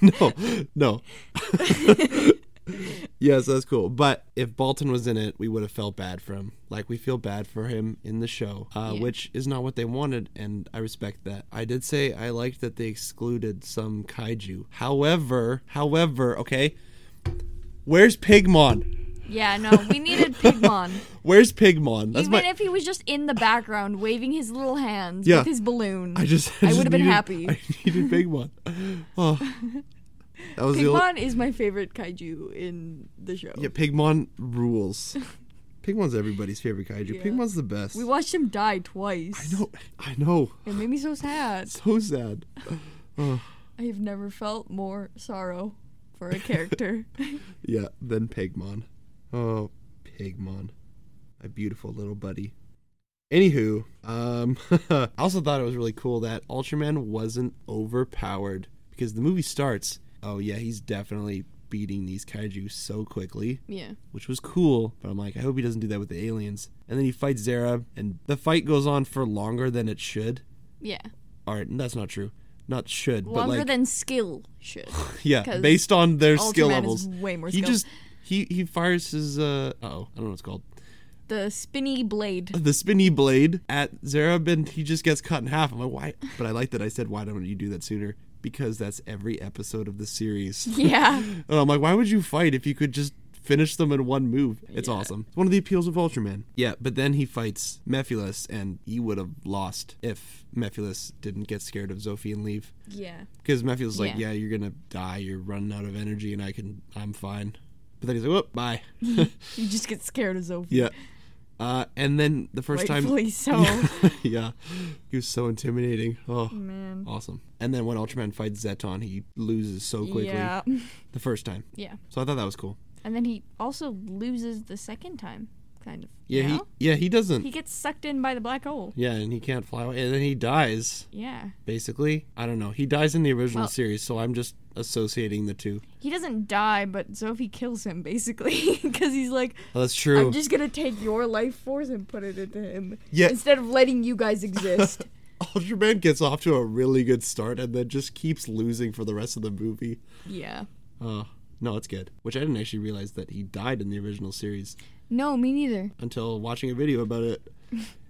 no, no. yeah, so that's cool. But if Balton was in it, we would have felt bad for him. Like we feel bad for him in the show, uh,
Yeah.
which is not what they wanted, and I respect that. I did say I liked that they excluded some kaiju. However, however, okay, where's Pigmon?
Yeah, no, we needed Pigmon.
Where's Pigmon? That's
Even
my.
if he was just in the background waving his little hands
Yeah.
with his balloon.
I just.
I
just
would've been
needed-
happy.
I needed Pigmon. Oh, that was the only.
Pigmon is my favorite kaiju in the show.
Yeah, Pigmon rules. Pigmon's everybody's favorite kaiju.
Yeah.
Pigmon's the best.
We watched him die twice.
I know. I know.
It made me so sad.
So sad.
I've never felt more sorrow for a character.
Yeah, then Pigmon. Oh, Pigmon. My beautiful little buddy. Anywho, um, I also thought it was really cool that Ultraman wasn't overpowered because the movie starts. Oh, yeah, he's definitely beating these kaiju so quickly,
yeah.
which was cool, but I'm like, I hope he doesn't do that with the aliens. And then he fights Zara, and the fight goes on for longer than it should.
Yeah.
All right, that's not true. Not should, but
Longer
like,
than skill should.
yeah,
'cause
based on their skill
Ultraman
levels.
is way more
he
skilled.
just he he fires his uh oh I don't know what it's called
The spinny blade.
the spinny blade at Zareb and he just gets cut in half. I'm like why? But I like that I said why don't you do that sooner because that's every episode of the series.
Yeah.
and I'm like why would you fight if you could just finish them in one move? It's awesome. It's one of the appeals of Ultraman. Yeah, but then he fights Mephiles and he would have lost if Mephiles didn't get scared of Zophie and leave
Yeah.
because Mephiles is like yeah.
Yeah.
you're gonna die. You're running out of energy and I can I'm fine. But then he's like whoop bye.
You just get scared of Zophie.
Yeah. Uh, and then the first
Rightfully so.
time, yeah, he was so intimidating. Oh,
Man.
awesome! And then when Ultraman fights Zeton, he loses so quickly
Yeah.
the first time.
Yeah.
So I thought that was cool.
And then he also loses the second time, kind of.
Yeah,
No?
he yeah he doesn't.
He gets sucked in by the black hole.
yeah, and he can't fly away, and then he dies.
Yeah.
Basically, I don't know. He dies in the original
Well-
series, so I'm just associating the two.
He doesn't die, but Zophie kills him basically because he's like,
Oh, that's true.
I'm just gonna take your life force and put it into him
Yeah.
instead of letting you guys exist.
Ultraman gets off to a really good start, and then just keeps losing for the rest of the movie.
yeah.
Uh, no, it's good. Which I didn't actually realize that he died in the original series.
No, me neither.
until watching a video about it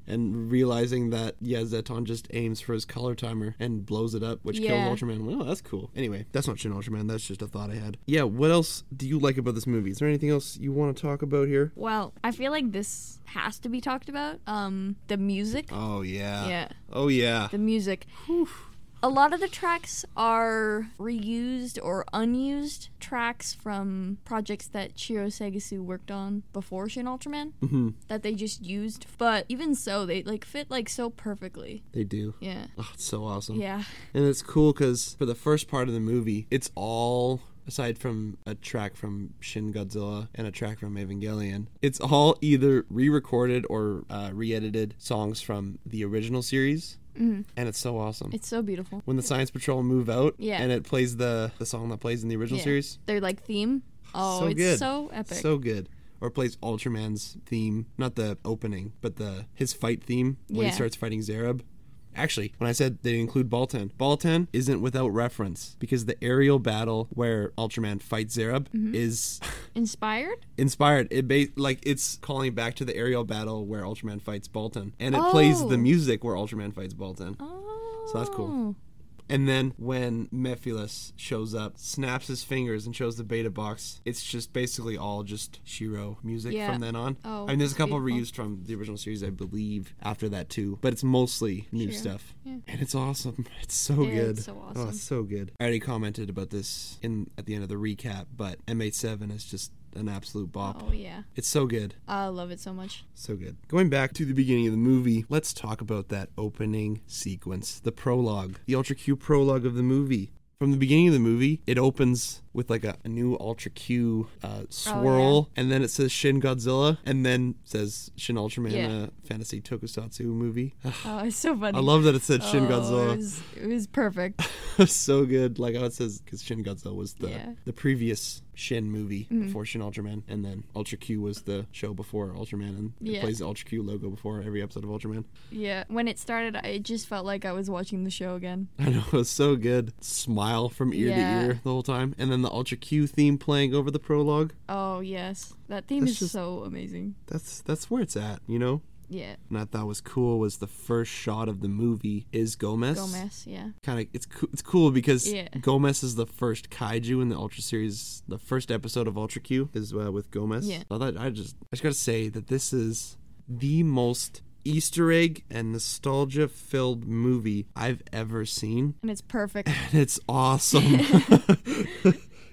and realizing that yeah, Zeton just aims for his color timer and blows it up, which
Yeah.
kills Ultraman. Well, that's cool. Anyway, that's not Shin Ultraman. That's just a thought I had. Yeah. What else do you like about this movie? Is there anything else you want to talk about here?
Well, I feel like this has to be talked about. Um, the music.
Oh yeah.
yeah.
Oh yeah.
The music. A lot of the tracks are reused or unused tracks from projects that Shiro Segasu worked on before Shin Ultraman
Mm-hmm.
that they just used. But even so, they like fit like so perfectly.
They do.
Yeah.
Oh, it's so awesome.
Yeah.
And it's cool because for the first part of the movie, it's all aside from a track from Shin Godzilla and a track from Evangelion. It's all either re-recorded or uh, re-edited songs from the original series,
Mm-hmm.
mm. and it's so awesome.
It's so beautiful.
when the Science Patrol move out,
Yeah.
and it plays the the song that plays in the original
Yeah.
series,
They're like theme. Oh,
So
it's
good.
so epic.
so good. Or plays Ultraman's theme, not the opening, but the his fight theme when
Yeah.
he starts fighting Zareb. Actually, when I said they include Baltan, Baltan isn't without reference because the aerial battle where Ultraman fights Zareb
Mm-hmm.
is
Inspired?
inspired. It ba- like it's calling back to the aerial battle where Ultraman fights Baltan, and it plays
Oh.
the music where Ultraman fights Baltan.
Oh.
that's cool. And then when Mephiles shows up, snaps his fingers and shows the beta box, it's just basically all just Shiro music
Yeah.
from then on.
Oh,
I mean, there's a couple
beautiful.
reused from the original series, I believe, after that too, but it's mostly new
Shiro.
stuff.
Yeah.
And it's awesome. It's so
Yeah,
good.
it's so
Oh,
awesome.
it's so good. I already commented about this in at the end of the recap, but M87 is just an absolute bop.
Oh yeah.
It's so good.
I love it so much.
So good. Going back to the beginning of the movie, let's talk about that opening sequence, the prologue, the Ultra Q prologue of the movie. From the beginning of the movie, it opens with like a, a new Ultra Q
Oh,
uh, swirl, and then it says Shin Godzilla, and then says Shin Ultraman
Yeah.
uh, Fantasy Tokusatsu movie.
Oh, it's so funny.
I love that it said Shin
Oh, It
Godzilla.
was, it was perfect.
so good. Like how it says, because Shin Godzilla was the,
Yeah. Mm-hmm.
the previous Shin movie before Shin Ultraman, and then Ultra Q was the show before Ultraman, and it
Yeah.
plays the Ultra Q logo before every episode of Ultraman.
Yeah, when it started, I- it just felt like I was watching the show again.
I know it was so good. Smile from ear
Yeah.
to ear the whole time, and then and the Ultra Q theme playing over the prologue.
Oh yes, that theme
That's
is
just-
so amazing.
That's that's where it's at, you know.
Yeah,
And I thought was cool was the first shot of the movie is Gomez.
Gomez. Yeah,
Kind of it's coo- it's cool because
Yeah.
Gomez is the first kaiju in the Ultra series. The first episode of Ultra Q is uh, with Gomez.
Yeah.
I thought I just I just gotta say that this is the most Easter egg and nostalgia filled movie I've ever seen.
and it's perfect.
And it's awesome.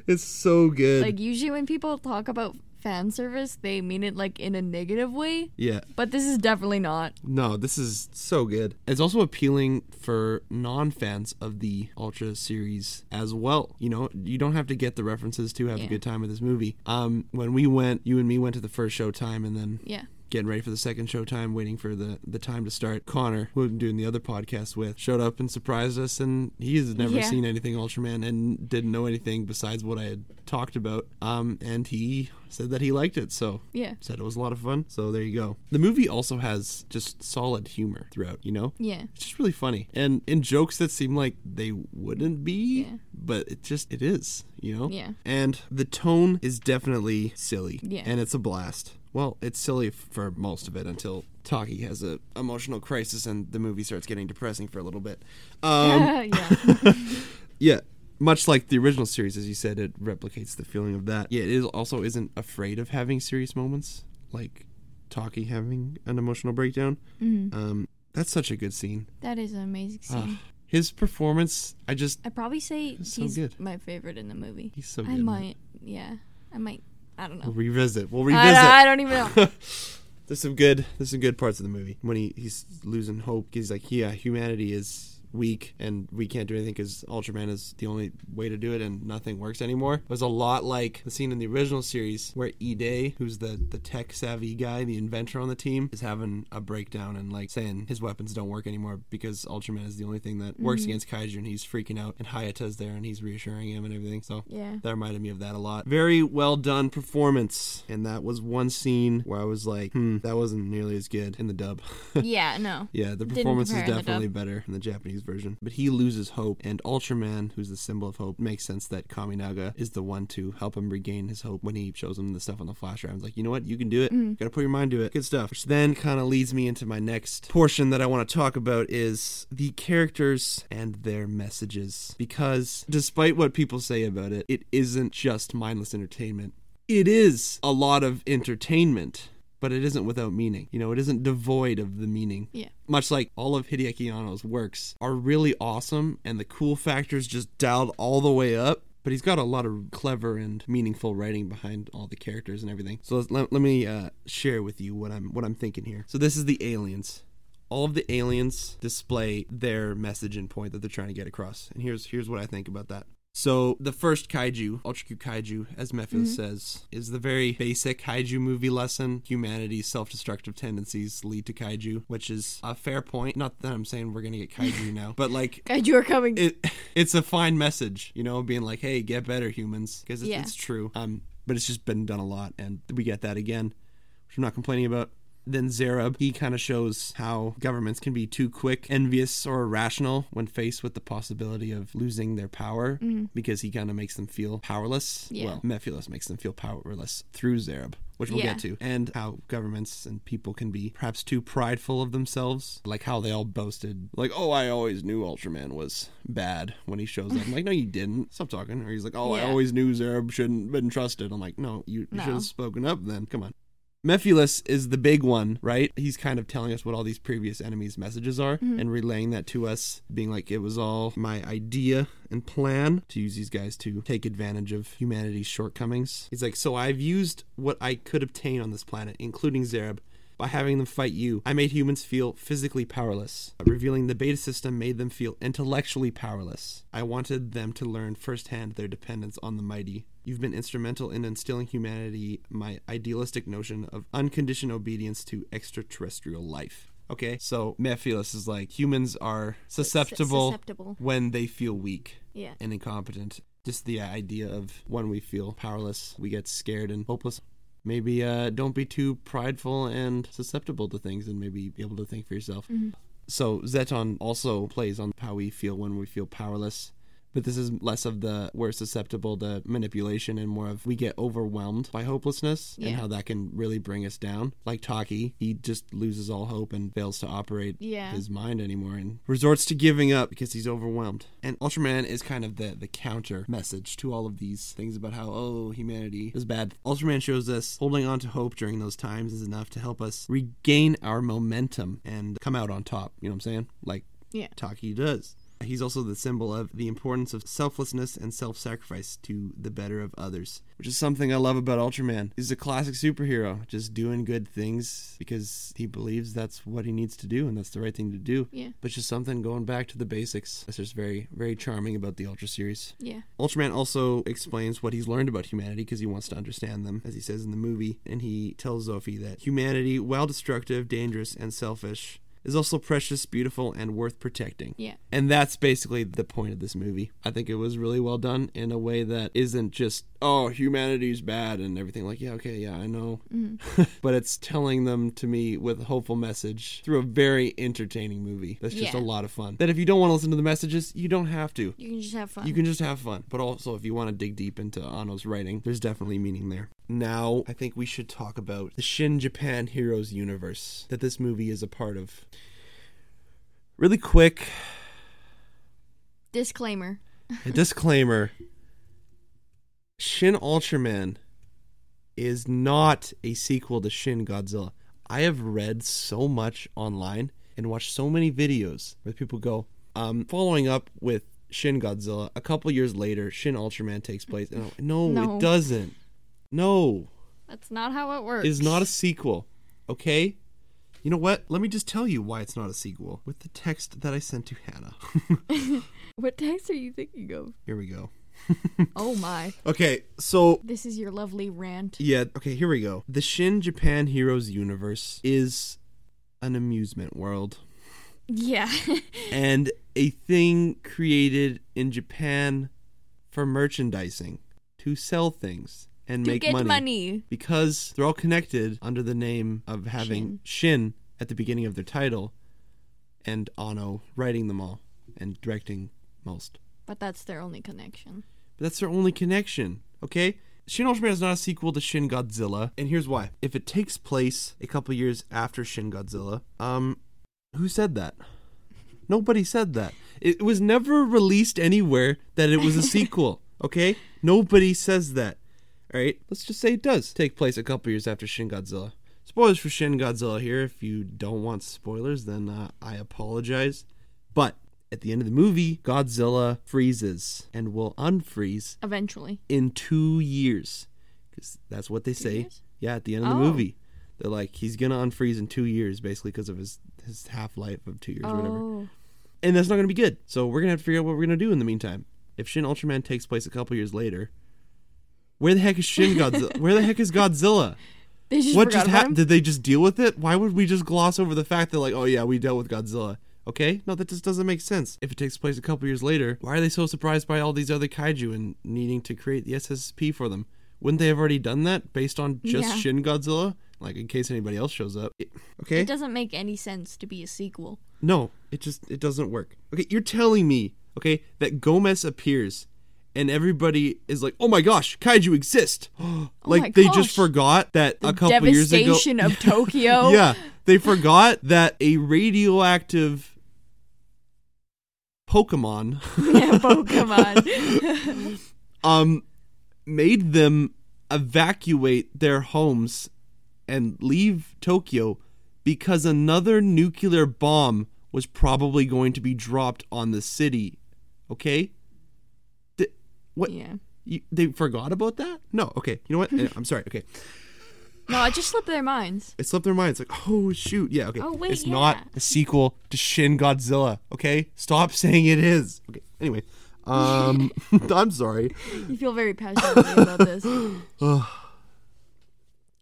it's so good.
like usually when people talk about fan service, they mean it like in a negative way,
yeah.
but this is definitely not.
No, this is so good. It's also appealing for non fans of the Ultra series as well. You know, you don't have to get the references to have a
Yeah.
good time with this movie. Um, when we went, you and me went to the first showtime and then
Yeah.
getting ready for the second showtime, waiting for the, the time to start. Connor, who I'm doing the other podcast with, showed up and surprised us, and he has never
Yeah.
seen anything Ultraman and didn't know anything besides what I had talked about. Um, and he said that he liked it, so
Yeah.
said it was a lot of fun. So there you go. The movie also has just solid humor throughout, you know?
Yeah.
It's just really funny. And in jokes that seem like they wouldn't be,
Yeah.
but it just it is, you know?
Yeah.
And the tone is definitely silly.
Yeah.
And it's a blast. Well, it's silly f- for most of it until Taki has a emotional crisis and the movie starts getting depressing for a little bit. Um,
yeah.
yeah much like the original series as you said it replicates the feeling of that yeah it is also isn't afraid of having serious moments like Taki having an emotional breakdown
Mm-hmm.
um that's such a good scene
That is an amazing
Ah.
scene.
his performance i just
I probably say
It's so
he's
good.
my favorite in the movie.
he's so good
I
in
might. Yeah. I might. I don't
it. we'll
know.
revisit we'll revisit
I, I don't even know.
there's some good there's some good parts of the movie when he he's losing hope he's like yeah humanity is weak and we can't do anything because ultraman is the only way to do it and nothing works anymore it was a lot like the scene in the original series where e-day who's the the tech savvy guy the inventor on the team is having a breakdown and like saying his weapons don't work anymore because ultraman is the only thing that works against kaiju and he's freaking out and hayata's there and he's reassuring him and everything so
Yeah.
that reminded me of that a lot. Very well done performance. And that was one scene where I was like, hmm, that wasn't nearly as good in the dub.
yeah. No.
yeah, the
Didn't
performance is
compare in the dub.
definitely better in the Japanese version. But he loses hope, and Ultraman, who's the symbol of hope, makes sense that Kaminaga is the one to help him regain his hope when he shows him the stuff on the flash drive. He's like, you know what? You can do it.
Mm.
Gotta put your mind to it. Good stuff. Which then kind of leads me into my next portion that I want to talk about is the characters and their messages. Because despite what people say about it, it isn't just mindless entertainment. It is a lot of entertainment, but it isn't without meaning. You know, it isn't devoid of the meaning
Yeah.
much like all of Hideaki Anno's works, are really awesome and the cool factor's just dialed all the way up. But he's got a lot of clever and meaningful writing behind all the characters and everything. So let's, let, let me uh, share with you what I'm what I'm thinking here. So this is the aliens. All of the aliens display their message and point that they're trying to get across. And here's here's what I think about that. So the first kaiju, Ultra Q Kaiju, as Mephis says, is the very basic kaiju movie lesson. Humanity's self-destructive tendencies lead to kaiju, which is a fair point. Not that I'm saying we're gonna get kaiju now, but like
Kaiju are coming.
it, it's a fine message, you know, being like, hey, get better, humans, because
Yeah.
it's true. Um, but it's just been done a lot, and we get that again, which I'm not complaining about. Then Zareb, he kind of shows how governments can be too quick, envious, or irrational when faced with the possibility of losing their power, because he kind of makes them feel powerless.
Mm. Yeah.
Well, Mephiles makes them feel powerless through Zareb, which we'll
Yeah.
get to, and how governments and people can be perhaps too prideful of themselves, like how they all boasted, like, "Oh, I always knew Ultraman was bad." When he shows up, I'm like, "No, you didn't. Stop talking." Or he's like, "Oh, I
Yeah.
always knew Zareb shouldn't been trusted." I'm like, "No, you, you
No.
should have spoken up then. Come on." Mephiles is the big one, right? He's kind of telling us what all these previous enemies' messages are
Mm-hmm.
and relaying that to us, being like, it was all my idea and plan to use these guys to take advantage of humanity's shortcomings. He's like, so I've used what I could obtain on this planet, including Zareb, by having them fight you, I made humans feel physically powerless. Revealing the beta system made them feel intellectually powerless. I wanted them to learn firsthand their dependence on the mighty. You've been instrumental in instilling humanity my idealistic notion of unconditioned obedience to extraterrestrial life. Okay, so Mephiles is like humans are susceptible,
susceptible.
when they feel weak
Yeah.
and incompetent. Just the idea of when we feel powerless, we get scared and hopeless. Maybe uh, don't be too prideful and susceptible to things, and maybe be able to
Mm-hmm.
think for yourself. So Zeton also plays on how we feel when we feel powerless. But this is less of the we're susceptible to manipulation and more of we get overwhelmed by hopelessness and
Yeah.
how that can really bring us down. Like Taki, he just loses all hope and fails to operate
Yeah.
his mind anymore and resorts to giving up because he's overwhelmed. And Ultraman is kind of the, the counter message to all of these things about how, oh, humanity is bad. Ultraman shows us holding on to hope during those times is enough to help us regain our momentum and come out on top. You know what I'm saying? Like
Yeah.
Taki does. He's also the symbol of the importance of selflessness and self-sacrifice to the better of others, which is something I love about Ultraman. He's a classic superhero, just doing good things because he believes that's what he needs to do and that's the right thing to do.
Yeah.
But just something going back to the basics. That's just very, very charming about the Ultra series.
Yeah.
Ultraman also explains what he's learned about humanity because he wants to understand them, as he says in the movie. And he tells Zophie that humanity, while destructive, dangerous, and selfish, is also precious, beautiful, and worth protecting.
Yeah.
And that's basically the point of this movie. I think it was really well done in a way that isn't just, oh, humanity's bad and everything. Like, yeah, okay, yeah, I know. but it's telling them to me with a hopeful message through a very entertaining movie. That's just
Yeah.
a lot of fun. That if you don't want to listen to the messages, you don't have to.
You can just have fun.
You can just have fun. But also, if you want to dig deep into Ano's writing, there's definitely meaning there. Now, I think we should talk about the Shin Japan Heroes universe that this movie is a part of. Really quick,
Disclaimer.
a disclaimer Shin Ultraman is not a sequel to Shin Godzilla. I have read so much online and watched so many videos where people go, um, following up with Shin Godzilla, a couple years later, Shin Ultraman takes place. And I'm like, no,
No.
it doesn't. No,
That's not how it works.
it's not a sequel. Okay? You know what? Let me just tell you why it's not a sequel with the text that I sent to Hannah.
What text are you thinking of?
Here we go.
Oh my.
Okay, so
This is your lovely rant.
Yeah, okay, here we go. The Shin Japan Heroes universe is an amusement world
Yeah.
and a thing created in Japan for merchandising to sell things and
to
make
get money.
money. Because they're all connected under the name of having Shin. at the beginning of their title and Ano writing them all and directing most.
But that's their only connection.
But that's their only connection, okay? Shin Ultraman is not a sequel to Shin Godzilla, and here's why. If it takes place a couple years after Shin Godzilla, um, who said that? Nobody said that. It was never released anywhere that it was a sequel, okay? Nobody says that. All right, let's just say it does take place a couple years after Shin Godzilla. Spoilers for Shin Godzilla here. If you don't want spoilers, then uh, I apologize. But at the end of the movie, Godzilla freezes and will unfreeze
Eventually.
in two years. Because that's what they say.
years?
Yeah, at the end of the
Oh.
movie. They're like, he's going to unfreeze in two years, basically, because of his, his half life of two years or whatever
Oh.
and that's not going to be good. So we're going to have to figure out what we're going to do in the meantime. If Shin Ultraman takes place a couple years later, where the heck is Shin Godzilla? where the heck is Godzilla?
They just
what
forgot
just
about
happened?
him?
Did they just deal with it? Why would we just gloss over the fact that like, oh yeah, we dealt with Godzilla? Okay, no, that just doesn't make sense. If it takes place a couple years later, why are they so surprised by all these other kaiju and needing to create the SSP for them? Wouldn't they have already done that based on just
Yeah.
Shin Godzilla? Like in case anybody else shows up. It- okay.
It doesn't make any sense to be a sequel.
No, it just it doesn't work. Okay, you're telling me, okay, that Gomez appears and everybody is like, "Oh my gosh, kaiju exist." like
Oh my
they
gosh.
just forgot that a couple years ago.
Devastation of Tokyo.
Yeah, they forgot that a radioactive Pokemon
Yeah, oh, Pokemon.
um made them evacuate their homes and leave Tokyo because another nuclear bomb was probably going to be dropped on the city. Okay? Th- what
yeah.
you, they forgot about that? No, okay. You know what? Eh, I'm sorry. Okay.
No, it just slipped their minds.
It slipped their minds like, "Oh shoot. Yeah, okay.
Oh, wait,
it's not
yeah.
a sequel to Shin Godzilla, okay? Stop saying it is." Okay. Anyway, um I'm sorry.
You feel very passionately about this.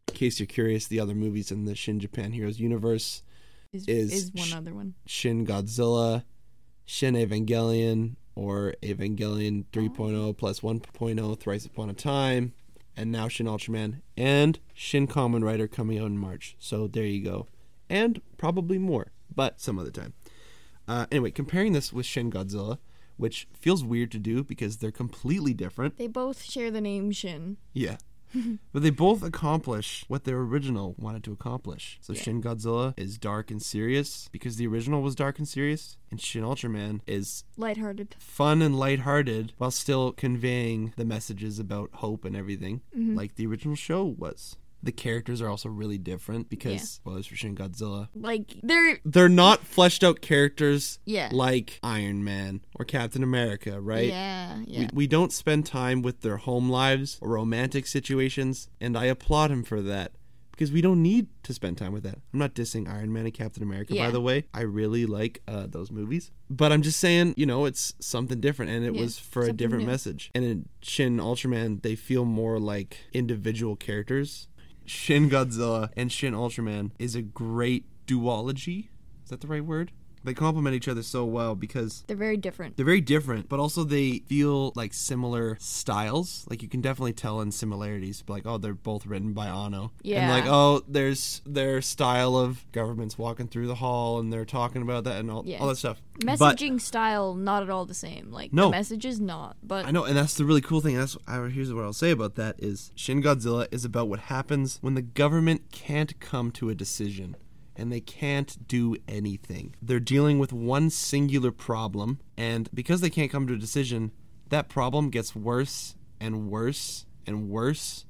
In case you're curious, the other movies in the Shin Japan Heroes universe
Is,
Is
is, one
sh-
other one.
Shin Godzilla, Shin Evangelion, or Evangelion 3.0 plus 1.0 Thrice Upon a Time, and now Shin Ultraman, and Shin Common Rider coming out in March. So there you go. And probably more, but some other time. Uh, anyway, comparing this with Shin Godzilla, which feels weird to do because they're completely different.
They both share the name Shin.
Yeah. but they both accomplish what their original wanted to accomplish. So
Yeah.
Shin Godzilla is dark and serious because the original was dark and serious, and Shin Ultraman is
Lighthearted.
fun and lighthearted while still conveying the messages about hope and everything,
Mm-hmm.
like the original show was. The characters are also really different because,
Yeah.
spoilers for Shin Godzilla,
Like they're
they're not fleshed out characters
Yeah.
like Iron Man or Captain America, right?
Yeah,
We,
yeah.
we don't spend time with their home lives or romantic situations, and I applaud him for that because we don't need to spend time with that. I'm not dissing Iron Man and Captain America, by
Yeah.
the way. I really like uh, those movies, but I'm just saying, you know, it's something different, and it
Yeah,
was for a
something
different
new.
message. And in Shin Ultraman, they feel more like individual characters. Shin Godzilla and Shin Ultraman is a great duology. Is that the right word? They complement each other so well because
They're very different.
they're very different, but also they feel like similar styles. Like you can definitely tell in similarities, like oh, they're both written by Ano. And
Yeah.
like oh, there's their style of governments walking through the hall and they're talking about that and all,
Yeah.
all that stuff. But
Messaging style not at all the same. Like
No.
the message is not, but
I know, and that's the really cool thing. That's I, here's what I'll say about that is Shin Godzilla is about what happens when the government can't come to a decision and they can't do anything. They're dealing with one singular problem, and because they can't come to a decision, that problem gets worse and worse and worse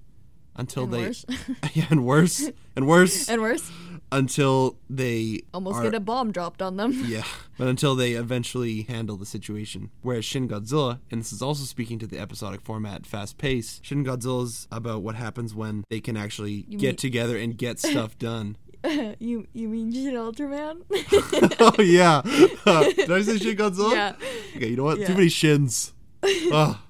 until
And
they
worse.
yeah, and worse and worse
and worse,
until they
almost
are-
get a bomb dropped on them.
yeah, but until they eventually handle the situation. Whereas Shin Godzilla, and this is also speaking to the episodic format, fast pace, Shin Godzilla's about what happens when they can actually get
mean-
together and get stuff done.
you you mean Shin Ultraman?
oh, yeah. Did I say Shin Godzilla?
yeah,
Okay, you know what? Too
Yeah.
many shins. Ah.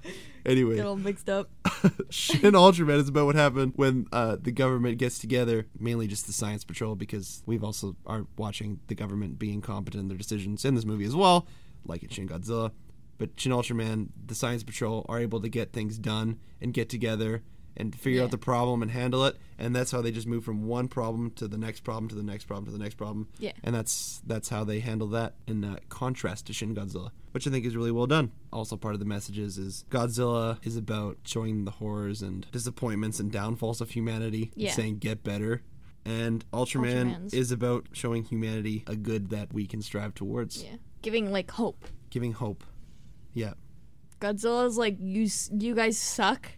Anyway.
get all mixed up.
Shin Ultraman is about what happened when uh, the government gets together, mainly just the Science Patrol, because we've also are watching the government being competent in their decisions in this movie as well, like in Shin Godzilla. But Shin Ultraman, the Science Patrol are able to get things done and get together and figure out
Yeah.
the problem and handle it, and that's how they just move from one problem to the next problem to the next problem to the next problem.
Yeah.
and that's that's how they handle that in uh, contrast to Shin Godzilla, which I think is really well done. Also, part of the messages is Godzilla is about showing the horrors and disappointments and downfalls of humanity, and
Yeah.
saying get better. And Ultraman
Ultraman's.
is about showing humanity a good that we can strive towards,
Yeah, giving like hope.
giving hope. Yeah,
Godzilla's like you s- you guys suck,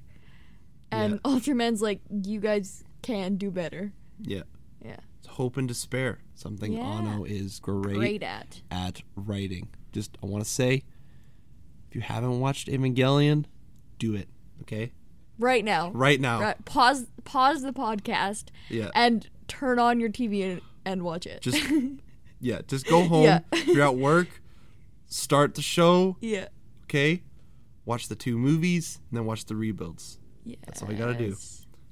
and
Yeah.
Ultraman's like you guys can do better.
yeah.
Yeah,
It's hope and despair, something
Yeah.
Ano is
great at.
at writing. Just I want to say, if you haven't watched Evangelion, do it. Okay,
Right now,
right now.
Right, pause pause the podcast
Yeah.
and turn on your TV and, and watch it.
Just yeah. Just go home.
Yeah.
if you're at work. Start the show.
yeah,
Okay. Watch the two movies, and then watch the rebuilds.
yeah.
all we gotta do.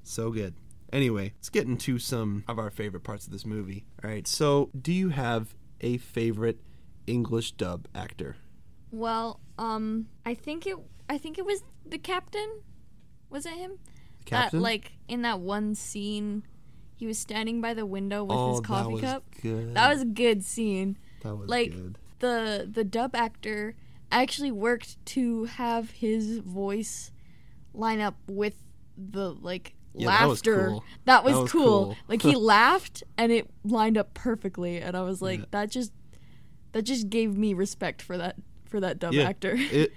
So good. Anyway, let's get into some of our favorite parts of this movie. All right. So, do you have a favorite English dub actor?
Well, um, I think it I think it was the captain. Was it him?
Captain?
That like in that one scene, he was standing by the window with
oh,
his
that
coffee
was
cup.
good.
That was a good scene.
that was
like-
good.
the the dub actor actually worked to have his voice line up with the like
Yeah, that was
laughter.
cool.
That was
That was
cool.
cool.
Like he laughed and it lined up perfectly and I was like
Yeah.
that just that just gave me respect for that for that dub
Yeah.
actor.
it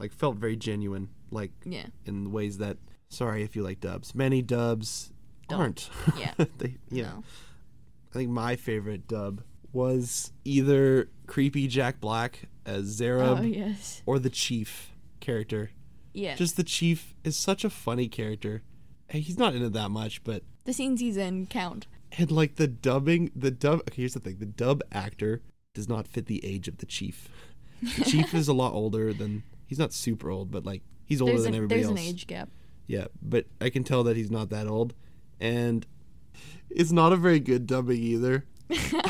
like felt very genuine. Like
yeah.
in the ways that sorry if you like dubs many dubs
Don't.
aren't
Yeah.
they you know
No.
i think my favorite dub was either creepy jack black as zareb
oh yes.
or the chief character
Yeah.
just the chief is such a funny character Hey, he's not in it that much but
the scenes he's in count.
and like the dubbing the dub okay here's the thing the dub actor does not fit the age of the chief the chief is a lot older than he's not super old but like he's older
There's,
than
a,
everybody
there's an
else
age gap.
yeah, but I can tell that he's not that old, and it's not a very good dubbing either.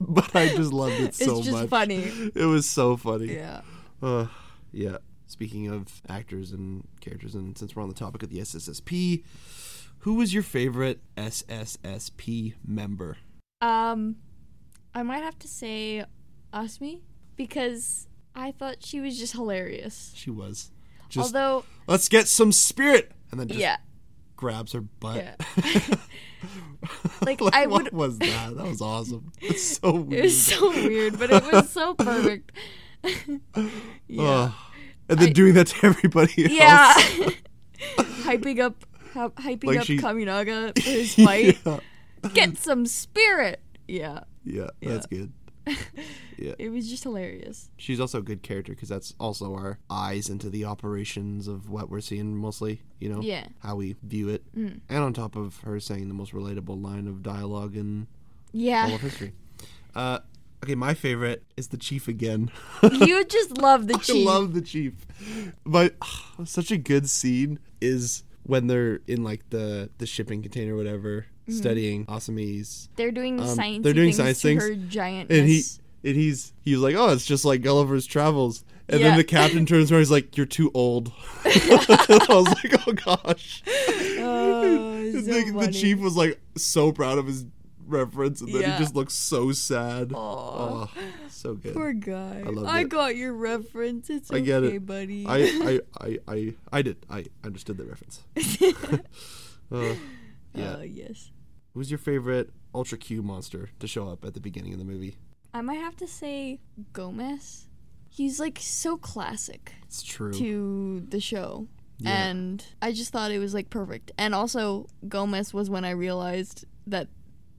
but I just loved it so
it's just
much.
funny.
It was so funny.
Yeah.
Uh, yeah. Speaking of actors and characters, and since we're on the topic of the SSSP, who was your favorite SSSP member?
Um, I might have to say Asmi because I thought she was just hilarious.
She was. Just
Although,
let's get some spirit and then just
yeah,
grabs her butt.
Like, I
what
would-
was that? That was awesome. It's so
it
weird.
was so weird, but it was so perfect. yeah.
Ugh. and then doing that to everybody else.
Yeah. hyping up hy- hyping
Like
up
she-
Kaminaga for his fight.
yeah.
Get some spirit. Yeah.
Yeah, that's good.
It was just hilarious.
She's also a good character because that's also our eyes into the operations of what we're seeing mostly, you know?
Yeah. Mm.
How we view it. And on top of her saying the most relatable line of dialogue in all
Yeah.
of history. Uh, okay, my favorite is the chief again.
you just love the
I
chief.
love the chief. But such a good scene is when they're in like the, the shipping container or whatever
Mm-hmm.
studying Asami's
they're doing science
um, they're doing
things
science
to
things,
her giant
and he and he's he's like, oh, it's just like Gulliver's Travels. And
Yeah.
then the captain turns around, he's like, "You're too old." I was like, "Oh gosh!"
oh,
the,
so
the
funny.
chief was like so proud of his reference, and then
Yeah.
he just looks so sad.
Aw.
Oh, so good.
Poor guy. I,
loved it.
got your reference. It's
I get
okay,
it.
buddy.
I, I, I, I, I did. I understood the reference. Uh, yeah.
Oh, yes.
Who's your favorite Ultra Q monster to show up at the beginning of the movie?
I might have to say Gomez. He's like so classic
It's true.
to the show.
Yeah.
And I just thought it was like perfect. And also, Gomez was when I realized that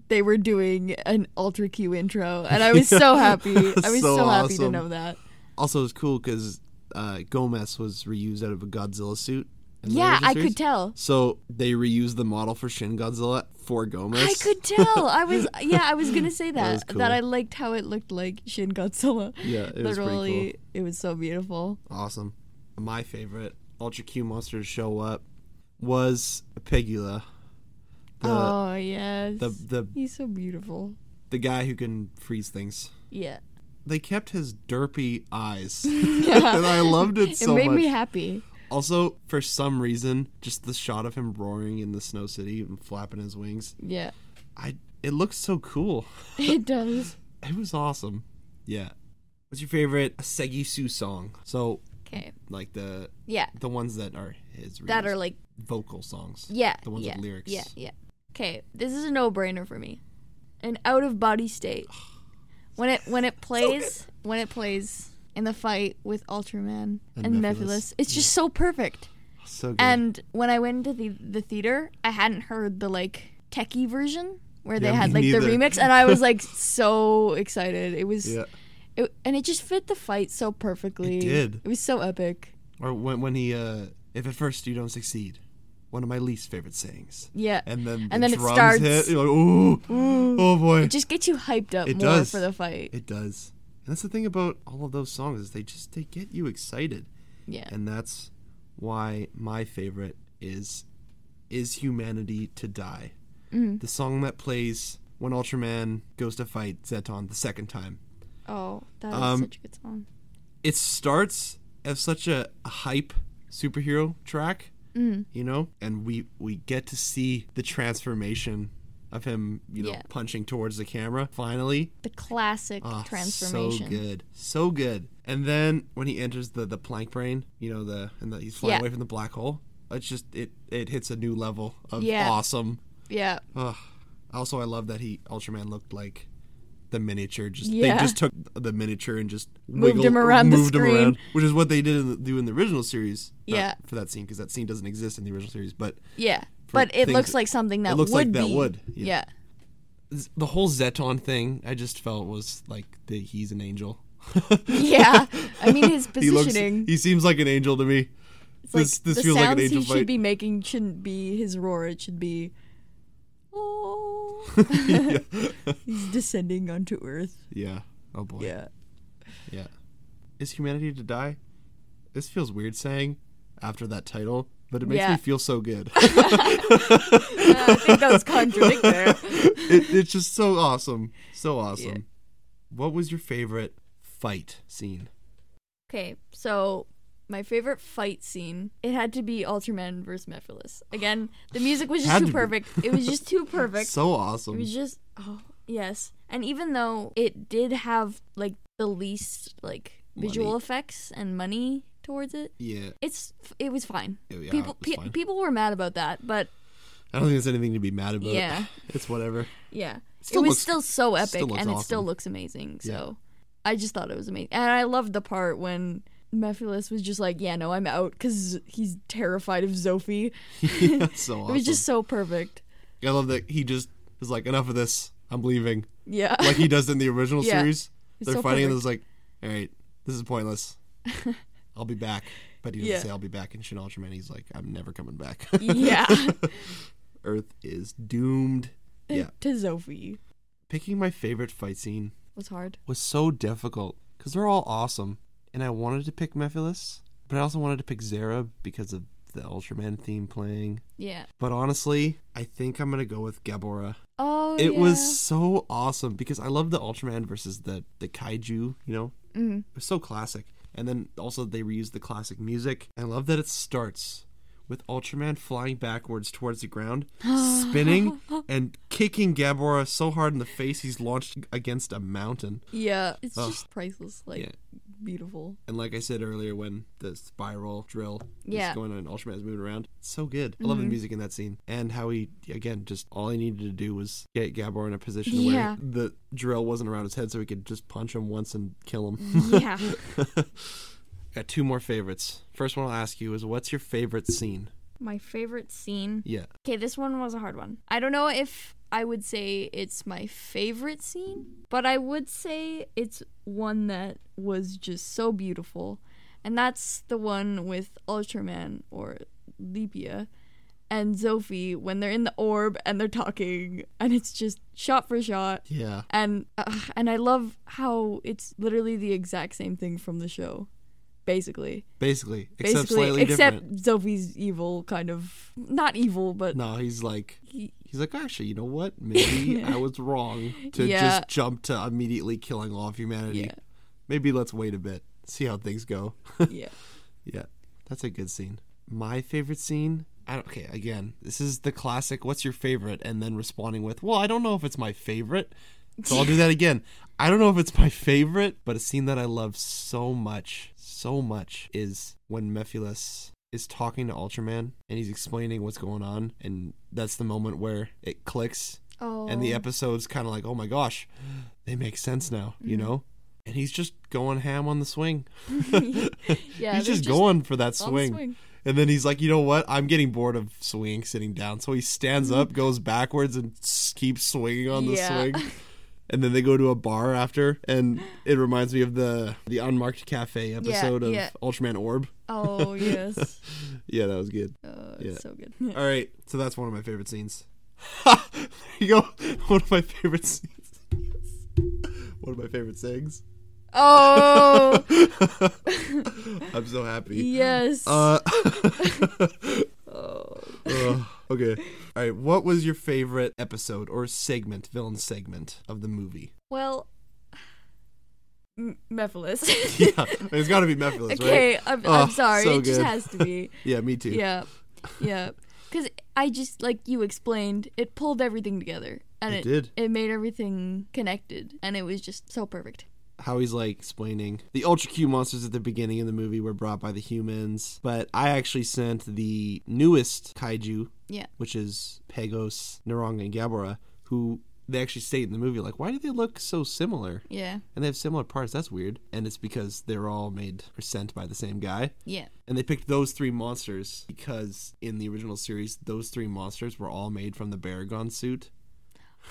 they were doing an Ultra Q intro. And I was so happy. I was so,
So
happy to
awesome.
know that.
Also, it's cool because uh, Gomez was reused out of a Godzilla suit. in the
Yeah,
original
I
series.
could tell.
So they reused the model for Shin Godzilla for Gomez.
I could tell. I was yeah, I was gonna say
That was
that. that
cool.
I liked how it looked like Shin Godzilla.
Yeah, it was pretty
Literally it was so beautiful.
Awesome. My favorite Ultra Q monster to show up was Pegula, the
oh yes.
the the
He's so beautiful.
the guy who can freeze things.
Yeah.
They kept his derpy eyes, and I loved it so
it made
much.
me happy.
also, for some reason, just the shot of him roaring in the snow city and flapping his wings,
Yeah.
I it looks so cool.
It does.
It was awesome. Yeah. What's your favorite Segisu song? So
Okay.
like the
Yeah.
the ones that are his
That
real
are like
vocal songs.
yeah.
The ones
yeah,
with lyrics.
Yeah, yeah. Okay. This is a no brainer for me. An out of body state. When it when it plays when it plays in the fight with Ultraman and,
And
Mephiles,
Mephius.
it's just so perfect.
So good.
And when I went to the the theater, I hadn't heard the like techie version where they
Yeah,
had
me
like the
neither.
remix, and I was like so excited. It was,
yeah.
it, and it just fit the fight so perfectly.
It did.
It was so epic.
Or when when he uh if at first you don't succeed. One of my least favorite sayings.
Yeah.
And then
And
the
then it
drums
starts.
hit. You're like, ooh, oh boy.
It just gets you hyped up
It
more
does.
for the fight.
it does. And that's the thing about all of those songs is they just they get you excited.
yeah.
And that's why my favorite is Is Humanity to Die?
Mm-hmm.
The song that plays when Ultraman goes to fight Zeton the second time.
Oh, that is
Um,
such a good song.
It starts as such a, a hype superhero track,
Mm.
you know, and we we get to see the transformation of him, you know,
Yeah.
punching towards the camera finally.
The classic
Ah,
transformation.
So good. So good. And then when he enters the the plank brain, you know, the and the, he's flying
Yeah.
away from the black hole. It's just it it hits a new level of
Yeah.
awesome.
Yeah.
Ugh. Also I love that he Ultraman looked like the miniature just
Yeah.
they just took the miniature and just
Moved
wiggled-
him around the
moved him
screen.
around, which is what they did in the, do in the original series not
Yeah.
for that scene because that scene doesn't exist in the original series but
Yeah. But it
things-
looks like something that
looks
would
like that
be.
would, yeah.
Yeah.
the whole Zeton thing I just felt was like the, he's an angel
Yeah. I mean, his
he looks
positioning.
he seems like an angel to me
It's
This-
like
this
the
feels like an
sounds
angel
he should
fight.
be making shouldn't be his roar. It should be, oh,
yeah.
he's descending onto Earth.
yeah. Oh boy.
Yeah,
Yeah. Is humanity to die? This feels weird saying after that title, but it makes
Yeah.
me feel so good.
I think that was contradict there.
it, it's just so awesome. So awesome. What was your favorite fight scene?
Okay, so my favorite fight scene it had to be Ultraman versus Mephiles. Again, the music was just
Had
too
to be.
perfect. It was just too perfect.
So
It
awesome.
was just oh yes, and even though it did have like the least like visual effects and money towards it.
Yeah.
It's it was fine.
Oh, yeah,
people
it was
pe-
fine.
people were mad about that, but
I don't think there's anything to be mad about.
Yeah.
It's whatever.
yeah,
Still
it was
looks-
still so epic,
still looks
and it still
awesome.
looks amazing.
Yeah.
So I just thought it was amazing, and I loved the part when Mephiles was just like, "Yeah, no, I'm out," because he's terrified of Sophie.
yeah, it's so awesome.
It was just so perfect.
I love that he just is like, enough of this. I'm leaving.
Yeah,
Like he does in the original
Yeah.
series.
It's
They're
so
fighting and
perfect.
it's like, all right, this is pointless. I'll be back. But he doesn't
Yeah.
say I'll be back. And Shin Ultraman, he's like, I'm never coming back.
yeah,
Earth is doomed. Yeah.
to Sophie
Picking my favorite fight scene
was hard.
was so difficult because they're all awesome. And I wanted to pick Mephiles, but I also wanted to pick Zera because of the Ultraman theme playing.
Yeah.
But honestly, I think I'm gonna go with Gabora.
Oh,
it
yeah.
was so awesome because I love the Ultraman versus the the kaiju. You know,
Mm.
it was so classic. And then also they reused the classic music. I love that it starts with Ultraman flying backwards towards the ground, spinning and kicking Gabora so hard in the face he's launched against a mountain.
Yeah, it's
Ugh.
just priceless. Like
Yeah.
beautiful.
And like I said earlier, when the spiral drill
Yeah. Mm-hmm.
is going on and Ultraman is moving around, it's so good. I love the music in that scene and how he, again, just all he needed to do was get Gabor in a position
Yeah.
where the drill wasn't around his head so he could just punch him once and kill him.
Yeah.
Got two more favorites. First one I'll ask you is what's your favorite scene?
My favorite scene.
Yeah.
Okay, this one was a hard one. I don't know if I would say it's my favorite scene, but I would say it's one that was just so beautiful. And that's the one with Ultraman or Lepia and Zophie when they're in the orb and they're talking and it's just shot for shot
Yeah.
and uh, and I love how it's literally the exact same thing from the show, basically.
Basically. except
basically,
slightly
except
different.
Sophie's evil, kind of not evil, but
No, he's like
he-
he's like, actually, you know what? Maybe I was wrong to
Yeah.
just jump to immediately killing off humanity.
Yeah.
Maybe let's wait a bit, see how things go.
yeah,
yeah, that's a good scene. My favorite scene. I don't, okay, again, this is the classic. What's your favorite? And then responding with, "Well, I don't know if it's my favorite." So I'll do that again. I don't know if it's my favorite, but a scene that I love so much, so much is when Mephiles is talking to Ultraman and he's explaining what's going on, and that's the moment where it clicks
oh,
and the episode's kind of like, oh my gosh, they make sense now,
Mm.
you know? And he's just going ham on the swing.
yeah,
he's
they're
just, going for that
on the
swing. And then he's like, you know what? I'm getting bored of swinging sitting down. So he stands up, goes backwards, and s- keeps swinging on the
Mm-hmm. Yeah.
swing. And then they go to a bar after, and it reminds me of the the unmarked cafe episode of
yeah.
Ultraman Orb.
Oh yes,
Yeah, that was good.
uh,
Yeah.
it's so good.
All right, so that's one of my favorite scenes. there you go. One of my favorite scenes. One of my favorite sayings.
Oh
I'm so happy.
yes, Oh.
Uh, Ugh, okay. All right. What was your favorite episode or segment, villain segment of the movie?
well, M- Mephiles.
Yeah, I mean, it's got to be Mephiles, right?
okay, I'm,
Oh,
I'm sorry.
so
it just
good.
has to be.
Yeah, me too.
Yeah, yeah. Because I just like you explained, it pulled everything together, and
It
it,
did.
It made everything connected, and it was just so perfect.
how he's like explaining the ultra q monsters at the beginning of the movie were brought by the humans but i actually sent the newest kaiju
Yeah.
which is pegos narong and gabora who they actually state in the movie like why do they look so similar
Yeah,
and they have similar parts that's weird and it's because they're all made or sent by the same guy
yeah,
and they picked those three monsters because in the original series those three monsters were all made from the baragon suit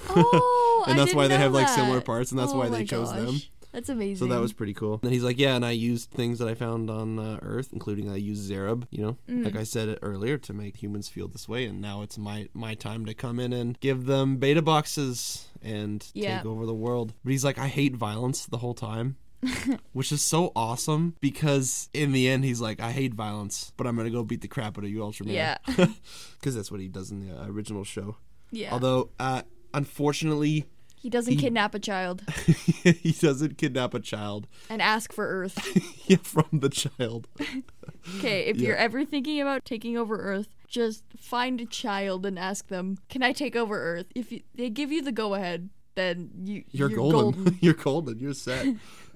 Oh,
And
I
that's why
didn't
they have,
know
like, similar
that.
parts, and that's
Oh
why they
my
chose them.
gosh. That's amazing.
So that was pretty cool. And then he's like, "Yeah, and I used things that I found on uh, Earth, including I used Zareb, you know,
Mm.
like I said it earlier, to make humans feel this way. And now it's my my time to come in and give them beta boxes and
Yeah.
take over the world." But he's like, "I hate violence the whole time." Which is so awesome because in the end he's like, I hate violence, but I'm gonna go beat the crap out of you, Ultraman.
Yeah.
because that's what he does in the uh, original show.
yeah.
Although, uh, unfortunately,
he doesn't kidnap a child
he doesn't kidnap a child
and ask for Earth.
from the child.
Okay, if you're ever thinking about taking over Earth, just find a child and ask them, "Can I take over Earth?" If you, they give you the go ahead, then you
You're, golden. you're golden. You're set.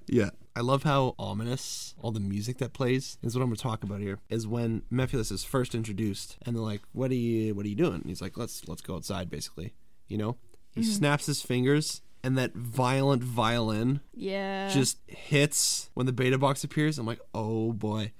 yeah. I love how ominous all the music that plays is what I'm going to talk about here. Is when Mephiles is first introduced, and they're like, "What are you? What are you doing?" And he's like, "Let's let's go outside." Basically, you know, he
Mm-hmm.
snaps his fingers, and that violent violin
Yeah.
just hits when the beta box appears. I'm like, "Oh boy,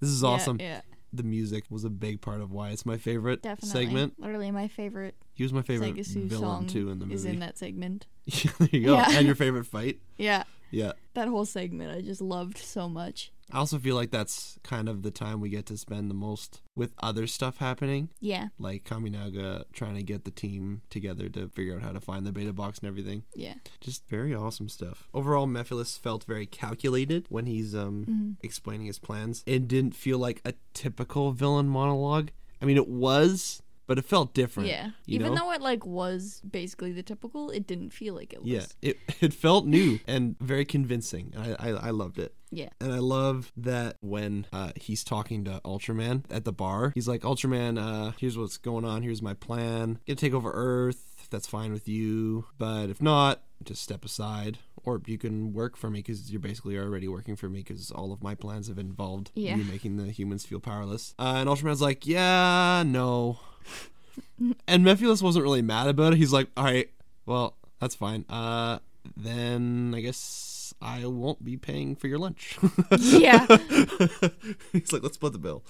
this is
Yeah,
awesome."
Yeah.
The music was a big part of why it's my favorite
Definitely.
segment.
Literally my favorite,
He was my favorite
Segasu
villain
song
too in the
is
movie.
in that segment.
Yeah, there you go.
Yeah.
And your favorite fight.
Yeah.
Yeah.
That whole segment I just loved so much.
I also feel like that's kind of the time we get to spend the most with other stuff happening,
Yeah.
like Kaminaga trying to get the team together to figure out how to find the beta box and everything.
Yeah.
Just very awesome stuff. Overall, Mephiles felt very calculated when he's um,
Mm-hmm.
explaining his plans. It didn't feel like a typical villain monologue. I mean, it was, but it felt different.
Yeah.
you
Even
know?
though it like was basically the typical, it didn't feel like it was.
Yeah, it, it felt new and very convincing. And I, I, I loved it.
Yeah.
And I love that when uh, he's talking to Ultraman at the bar, he's like, Ultraman, uh, here's what's going on. Here's my plan. Gonna take over Earth. If that's fine with you. But if not, just step aside. Or you can work for me because you're basically already working for me because all of my plans have involved
Yeah.
you making the humans feel powerless. Uh, and Ultraman's like, yeah, no. and Mephiles wasn't really mad about it. He's like, all right, well, that's fine. Uh, then I guess I won't be paying for your lunch.
Yeah.
He's like, let's split the bill.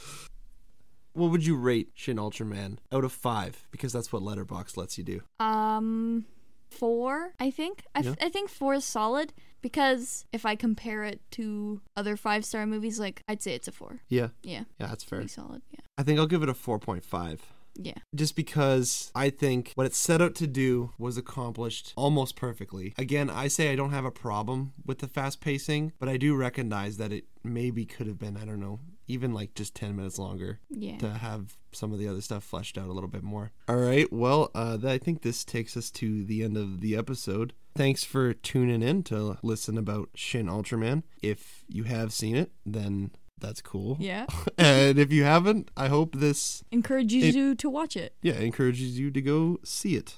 What would you rate Shin Ultraman out of five? Because that's what Letterbox lets you do.
Um, four, I think. I, f- I think four is solid because if I compare it to other five star movies, like I'd say it's a four.
Yeah,
Yeah,
yeah, that's fair.
pretty solid. Yeah,
I think I'll give it a 4.5.
yeah,
Just because I think what it set out to do was accomplished almost perfectly. Again, I say I don't have a problem with the fast pacing, but I do recognize that it maybe could have been, I don't know, even like just 10 minutes longer.
yeah.
to have some of the other stuff fleshed out a little bit more. All right. Well, uh, th- I think this takes us to the end of the episode. Thanks for tuning in to listen about Shin Ultraman. If you have seen it, then that's cool.
Yeah.
and if you haven't, I hope this
Encourages you to watch it.
yeah encourages you to go see it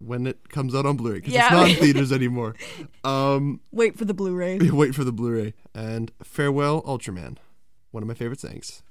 when it comes out on Blu-ray because
Yeah.
it's not in theaters anymore. Um,
Wait for the Blu-ray.
wait for the Blu-ray and farewell, Ultraman. One of my favorite sayings.